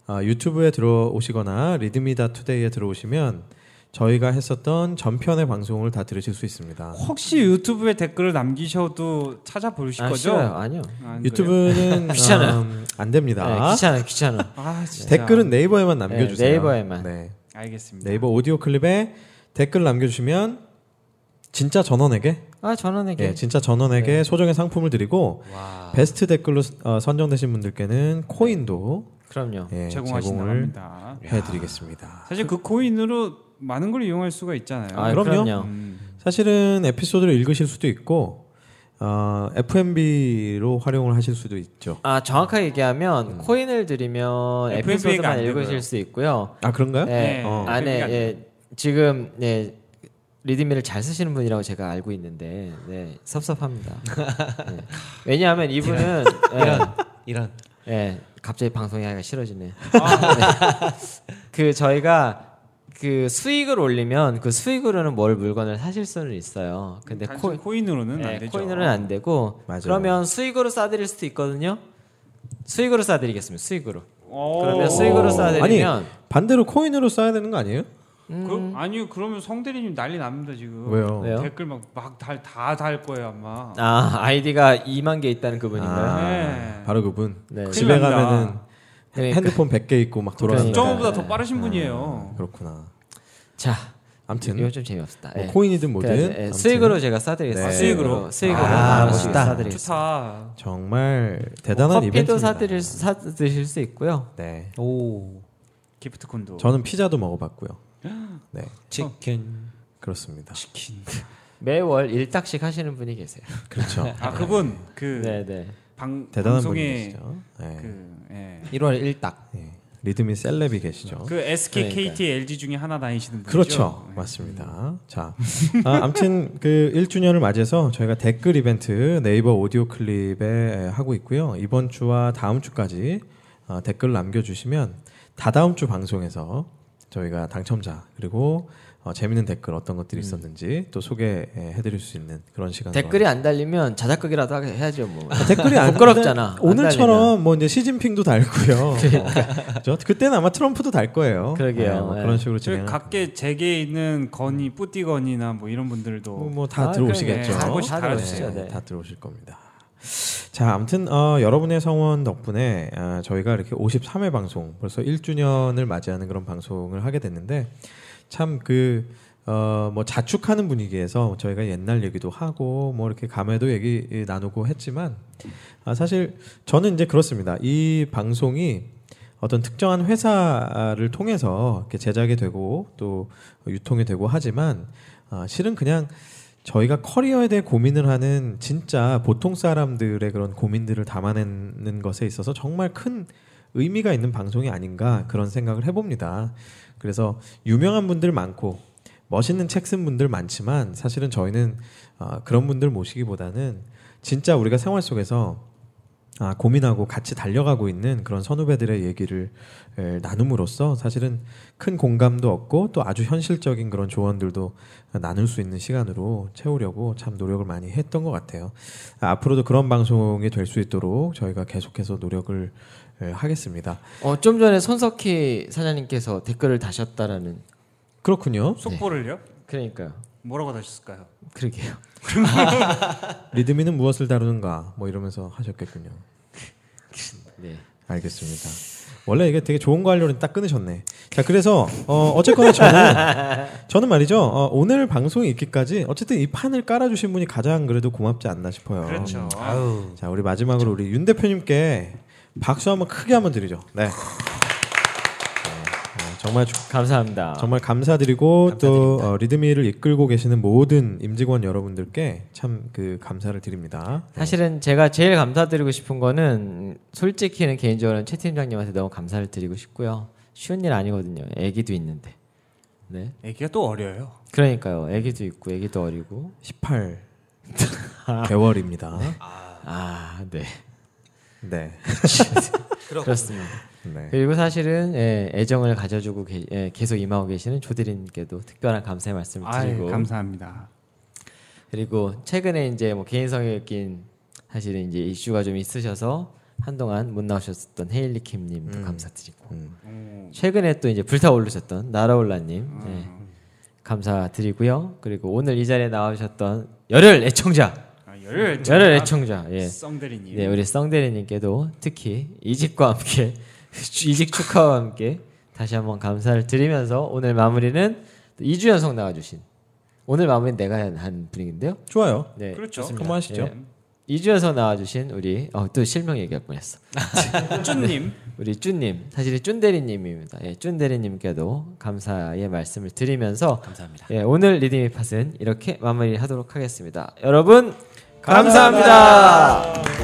Speaker 1: 아, 유튜브에 들어오시거나 리드미다 투데이에 들어오시면 저희가 했었던 전편의 방송을 다 들으실 수 있습니다.
Speaker 2: 어,
Speaker 3: 혹시 유튜브에 댓글을 남기셔도 찾아보실
Speaker 2: 아,
Speaker 3: 거죠?
Speaker 2: 싫어요. 아니요.
Speaker 3: 안 그래요?
Speaker 1: 유튜브는
Speaker 2: 귀찮아요.
Speaker 1: 음, 안 됩니다.
Speaker 2: 네, 귀찮아, 귀찮아.
Speaker 3: 아 진짜.
Speaker 1: 댓글은 네이버에만 남겨주세요.
Speaker 2: 네, 네이버에만.
Speaker 1: 네.
Speaker 3: 알겠습니다.
Speaker 1: 네이버 오디오 클립에 댓글 남겨주시면 진짜 전원에게
Speaker 2: 아 전원에게. 네.
Speaker 1: 예, 진짜 전원에게 소정의 상품을 드리고 베스트 댓글로 어, 선정되신 분들께는 코인도
Speaker 2: 그럼요.
Speaker 1: 예,
Speaker 3: 제공하신다고
Speaker 1: 제공을
Speaker 3: 합니다.
Speaker 1: 해드리겠습니다.
Speaker 3: 사실 그 코인으로 많은 걸 이용할 수가 있잖아요.
Speaker 2: 아,
Speaker 1: 그럼요.
Speaker 2: 그럼요.
Speaker 3: 음.
Speaker 1: 사실은 에피소드를 읽으실 수도 있고 어, FMB로 활용을 하실 수도 있죠.
Speaker 2: 아 정확하게 얘기하면
Speaker 3: 음.
Speaker 2: 코인을 드리면
Speaker 3: FMB가 안
Speaker 2: 에피소드만
Speaker 3: 되고요.
Speaker 2: 읽으실 수 있고요.
Speaker 1: 아 그런가요?
Speaker 2: 네.
Speaker 3: 네,
Speaker 1: 어.
Speaker 2: 안에
Speaker 3: FMB가 안
Speaker 2: 예, 지금 네 리드미를 잘 쓰시는 분이라고 제가 알고 있는데 네 섭섭합니다. 네. 왜냐하면 이분은
Speaker 4: 이런
Speaker 2: 예, 예, 갑자기 방송이 하기가 싫어지네.
Speaker 3: 아,
Speaker 2: 그 저희가 그 수익을 올리면 그 수익으로는 뭘 물건을 사실 수는 있어요. 근데 네, 코,
Speaker 3: 단순 코인으로는
Speaker 2: 네,
Speaker 3: 안 되죠.
Speaker 2: 코인으로는 안 되고
Speaker 1: 맞아요.
Speaker 2: 그러면 수익으로 싸드릴 수도 있거든요. 수익으로 싸드리겠습니다. 수익으로.
Speaker 3: 오.
Speaker 2: 그러면 수익으로 싸드리면
Speaker 1: 반대로 코인으로 써야 되는 거 아니에요?
Speaker 3: 그, 아니요 그러면 성대리님 난리 납니다 지금.
Speaker 1: 왜요?
Speaker 2: 왜요?
Speaker 3: 댓글 막막달다달 거예요 아마.
Speaker 2: 아 아이디가 2만 개 있다는 그분인가요?
Speaker 1: 어. 아,
Speaker 3: 네.
Speaker 1: 바로 그분.
Speaker 2: 네.
Speaker 1: 집에
Speaker 3: 큰일 납니다.
Speaker 1: 가면은
Speaker 2: 그러니까.
Speaker 1: 핸드폰 100개 있고 막 돌아가는
Speaker 2: 그러니까.
Speaker 3: 국정원보다 더 빠르신 분이에요.
Speaker 1: 그렇구나.
Speaker 2: 자,
Speaker 1: 아무튼
Speaker 2: 이거 좀 재미없었다.
Speaker 1: 뭐
Speaker 2: 예.
Speaker 1: 코인이든
Speaker 2: 그래서,
Speaker 1: 뭐든
Speaker 2: 예,
Speaker 1: 아무튼
Speaker 2: 수익으로 제가 싸드리겠습니다.
Speaker 1: 네.
Speaker 3: 수익으로?
Speaker 2: 수익으로
Speaker 4: 아,
Speaker 2: 하나씩
Speaker 4: 멋있다.
Speaker 2: 싸드리겠습니다.
Speaker 3: 좋다.
Speaker 1: 정말 대단한
Speaker 2: 뭐 커피도
Speaker 1: 이벤트입니다.
Speaker 2: 사드릴 수- 사드실 수 있고요.
Speaker 1: 네.
Speaker 3: 오. 기프트콘도.
Speaker 1: 저는 피자도 먹어봤고요. 네,
Speaker 4: 치킨
Speaker 1: 그렇습니다.
Speaker 2: 매월 일딱씩 하시는 분이 계세요.
Speaker 1: 그렇죠.
Speaker 3: 아 그분 그
Speaker 2: 네, 네.
Speaker 3: 방,
Speaker 1: 대단한
Speaker 3: 방송에
Speaker 1: 분이시죠. 네.
Speaker 3: 그 예.
Speaker 4: 1월 1딱
Speaker 1: 예. 리듬이 셀럽이 계시죠.
Speaker 3: 그 SK, KT, LG 중에 하나 다니시는 분이죠. 예.
Speaker 1: 그렇죠.
Speaker 2: 네.
Speaker 1: 맞습니다. 자, 아, 아무튼 그 1주년을 맞이해서 저희가 댓글 이벤트 네이버 오디오 클립에 하고 있고요. 이번 주와 다음 주까지 아, 댓글 남겨주시면 다다음 주 방송에서 저희가 당첨자 그리고 어, 재밌는 댓글 어떤 것들이 있었는지 또 소개해드릴 수 있는 그런 시간.
Speaker 2: 음. 댓글이 안 달리면 자작극이라도 하- 해야죠, 뭐.
Speaker 1: 댓글이 안
Speaker 2: 부끄럽잖아.
Speaker 1: 근데
Speaker 2: 안
Speaker 1: 오늘처럼 뭐 이제 시진핑도 달고요. 그그때는 아마 트럼프도 달 거예요.
Speaker 2: 그러니까. 그러게요.
Speaker 1: 네, 뭐
Speaker 2: 네.
Speaker 1: 그런 식으로
Speaker 3: 저
Speaker 1: 진행.
Speaker 3: 각계 재계에 있는 건이 뿌띠건이나 뭐 이런 분들도
Speaker 1: 뭐다
Speaker 2: 아,
Speaker 1: 들어오시겠죠.
Speaker 3: 그러네. 한 번씩
Speaker 2: 다
Speaker 3: 달아주세요.
Speaker 2: 네.
Speaker 1: 다 들어오실 겁니다. 자, 아무튼 어, 여러분의 성원 덕분에 아, 저희가 이렇게 53회 방송 벌써 1주년을 맞이하는 그런 방송을 하게 됐는데 참 그 어, 뭐 자축하는 분위기에서 저희가 옛날 얘기도 하고 뭐 이렇게 감회도 얘기 예, 나누고 했지만 아, 사실 저는 이제 그렇습니다. 이 방송이 어떤 특정한 회사를 통해서 이렇게 제작이 되고 또 유통이 되고 하지만 아, 실은 그냥 저희가 커리어에 대해 고민을 하는 진짜 보통 사람들의 그런 고민들을 담아내는 것에 있어서 정말 큰 의미가 있는 방송이 아닌가 그런 생각을 해봅니다. 그래서 유명한 분들 많고 멋있는 책 쓴 분들 많지만 사실은 저희는 아, 그런 분들 모시기보다는 진짜 우리가 생활 속에서 아, 고민하고 같이 달려가고 있는 그런 선후배들의 얘기를 에, 나눔으로써 사실은 큰 공감도 얻고 또 아주 현실적인 그런 조언들도 나눌 수 있는 시간으로 채우려고 참 노력을 많이 했던 것 같아요. 아, 앞으로도 그런 방송이 될 수 있도록 저희가 계속해서 노력을 에, 하겠습니다.
Speaker 2: 어, 좀 전에 손석희 사장님께서 댓글을 다셨다라는
Speaker 1: 그렇군요.
Speaker 3: 속보를요?
Speaker 2: 그러니까요.
Speaker 3: 뭐라고 다셨을까요?
Speaker 2: 음. 그러게요.
Speaker 1: 리드미는 무엇을 다루는가 뭐 이러면서 하셨겠군요.
Speaker 2: 네.
Speaker 1: 알겠습니다. 원래 이게 되게 좋은 거 하려는 딱 끊으셨네. 자, 그래서 어, 어쨌거나 저는 저는 말이죠. 어, 오늘 방송이 있기까지 어쨌든 이 판을 깔아주신 분이 가장 그래도 고맙지 않나 싶어요.
Speaker 3: 그렇죠.
Speaker 4: 아우
Speaker 1: 자, 우리 마지막으로 우리 윤 대표님께 박수 한번 크게 한번 드리죠. 네. 네, 어, 정말 축-
Speaker 2: 감사합니다.
Speaker 1: 정말 감사드리고 또 어, 리드미를 이끌고 계시는 모든 임직원 여러분들께 참 그 감사를 드립니다.
Speaker 2: 사실은 제가 제일 감사드리고 싶은 거는 솔직히는 개인적으로는 최 팀장님한테 너무 감사를 드리고 싶고요. 쉬운 일 아니거든요. 애기도 있는데. 네.
Speaker 3: 애기가 또 어려요.
Speaker 2: 그러니까요. 애기도 있고 애기도 어리고.
Speaker 1: 18 개월입니다.
Speaker 2: 아, 네.
Speaker 1: 네.
Speaker 2: 그렇습니다.
Speaker 1: 네.
Speaker 2: 그리고 사실은 예, 애정을 가져주고 계, 예, 계속 임하고 계시는 조대리님께도 특별한 감사의 말씀을 드리고
Speaker 3: 아유, 감사합니다.
Speaker 2: 그리고 최근에 이제 뭐 개인성에 낀 사실은 이제 이슈가 좀 있으셔서 한동안 못 나오셨었던 헤일리 킴님도 감사드리고
Speaker 1: 음,
Speaker 3: 오.
Speaker 2: 최근에 또 이제 불타오르셨던 나라올라님 네, 감사드리고요. 그리고 오늘 이 자리에 나오셨던 열혈 애청자,
Speaker 3: 아, 열혈
Speaker 2: 열혈 애청자, 예.
Speaker 3: 썸대리님.
Speaker 2: 네, 우리 성대리님께도 특히 이직과 함께 이직 축하와 함께 다시 한번 감사를 드리면서 오늘 마무리는 2주 연속 나와주신 오늘 마무리는 내가 한- 한 분인데요.
Speaker 1: 좋아요.
Speaker 2: 네,
Speaker 3: 그렇죠.
Speaker 1: 그럼 하시죠.
Speaker 2: 2주 연속 나와주신 우리 어, 또 실명 얘기할 뻔했어.
Speaker 3: 쭈님.
Speaker 2: 우리 쭈님 사실은 쭈대리님입니다. 예, 쭈대리님께도 감사의 말씀을 드리면서
Speaker 4: 감사합니다.
Speaker 2: 예, 오늘 리디미 팟은 이렇게 마무리하도록 하겠습니다. 여러분 감사합니다.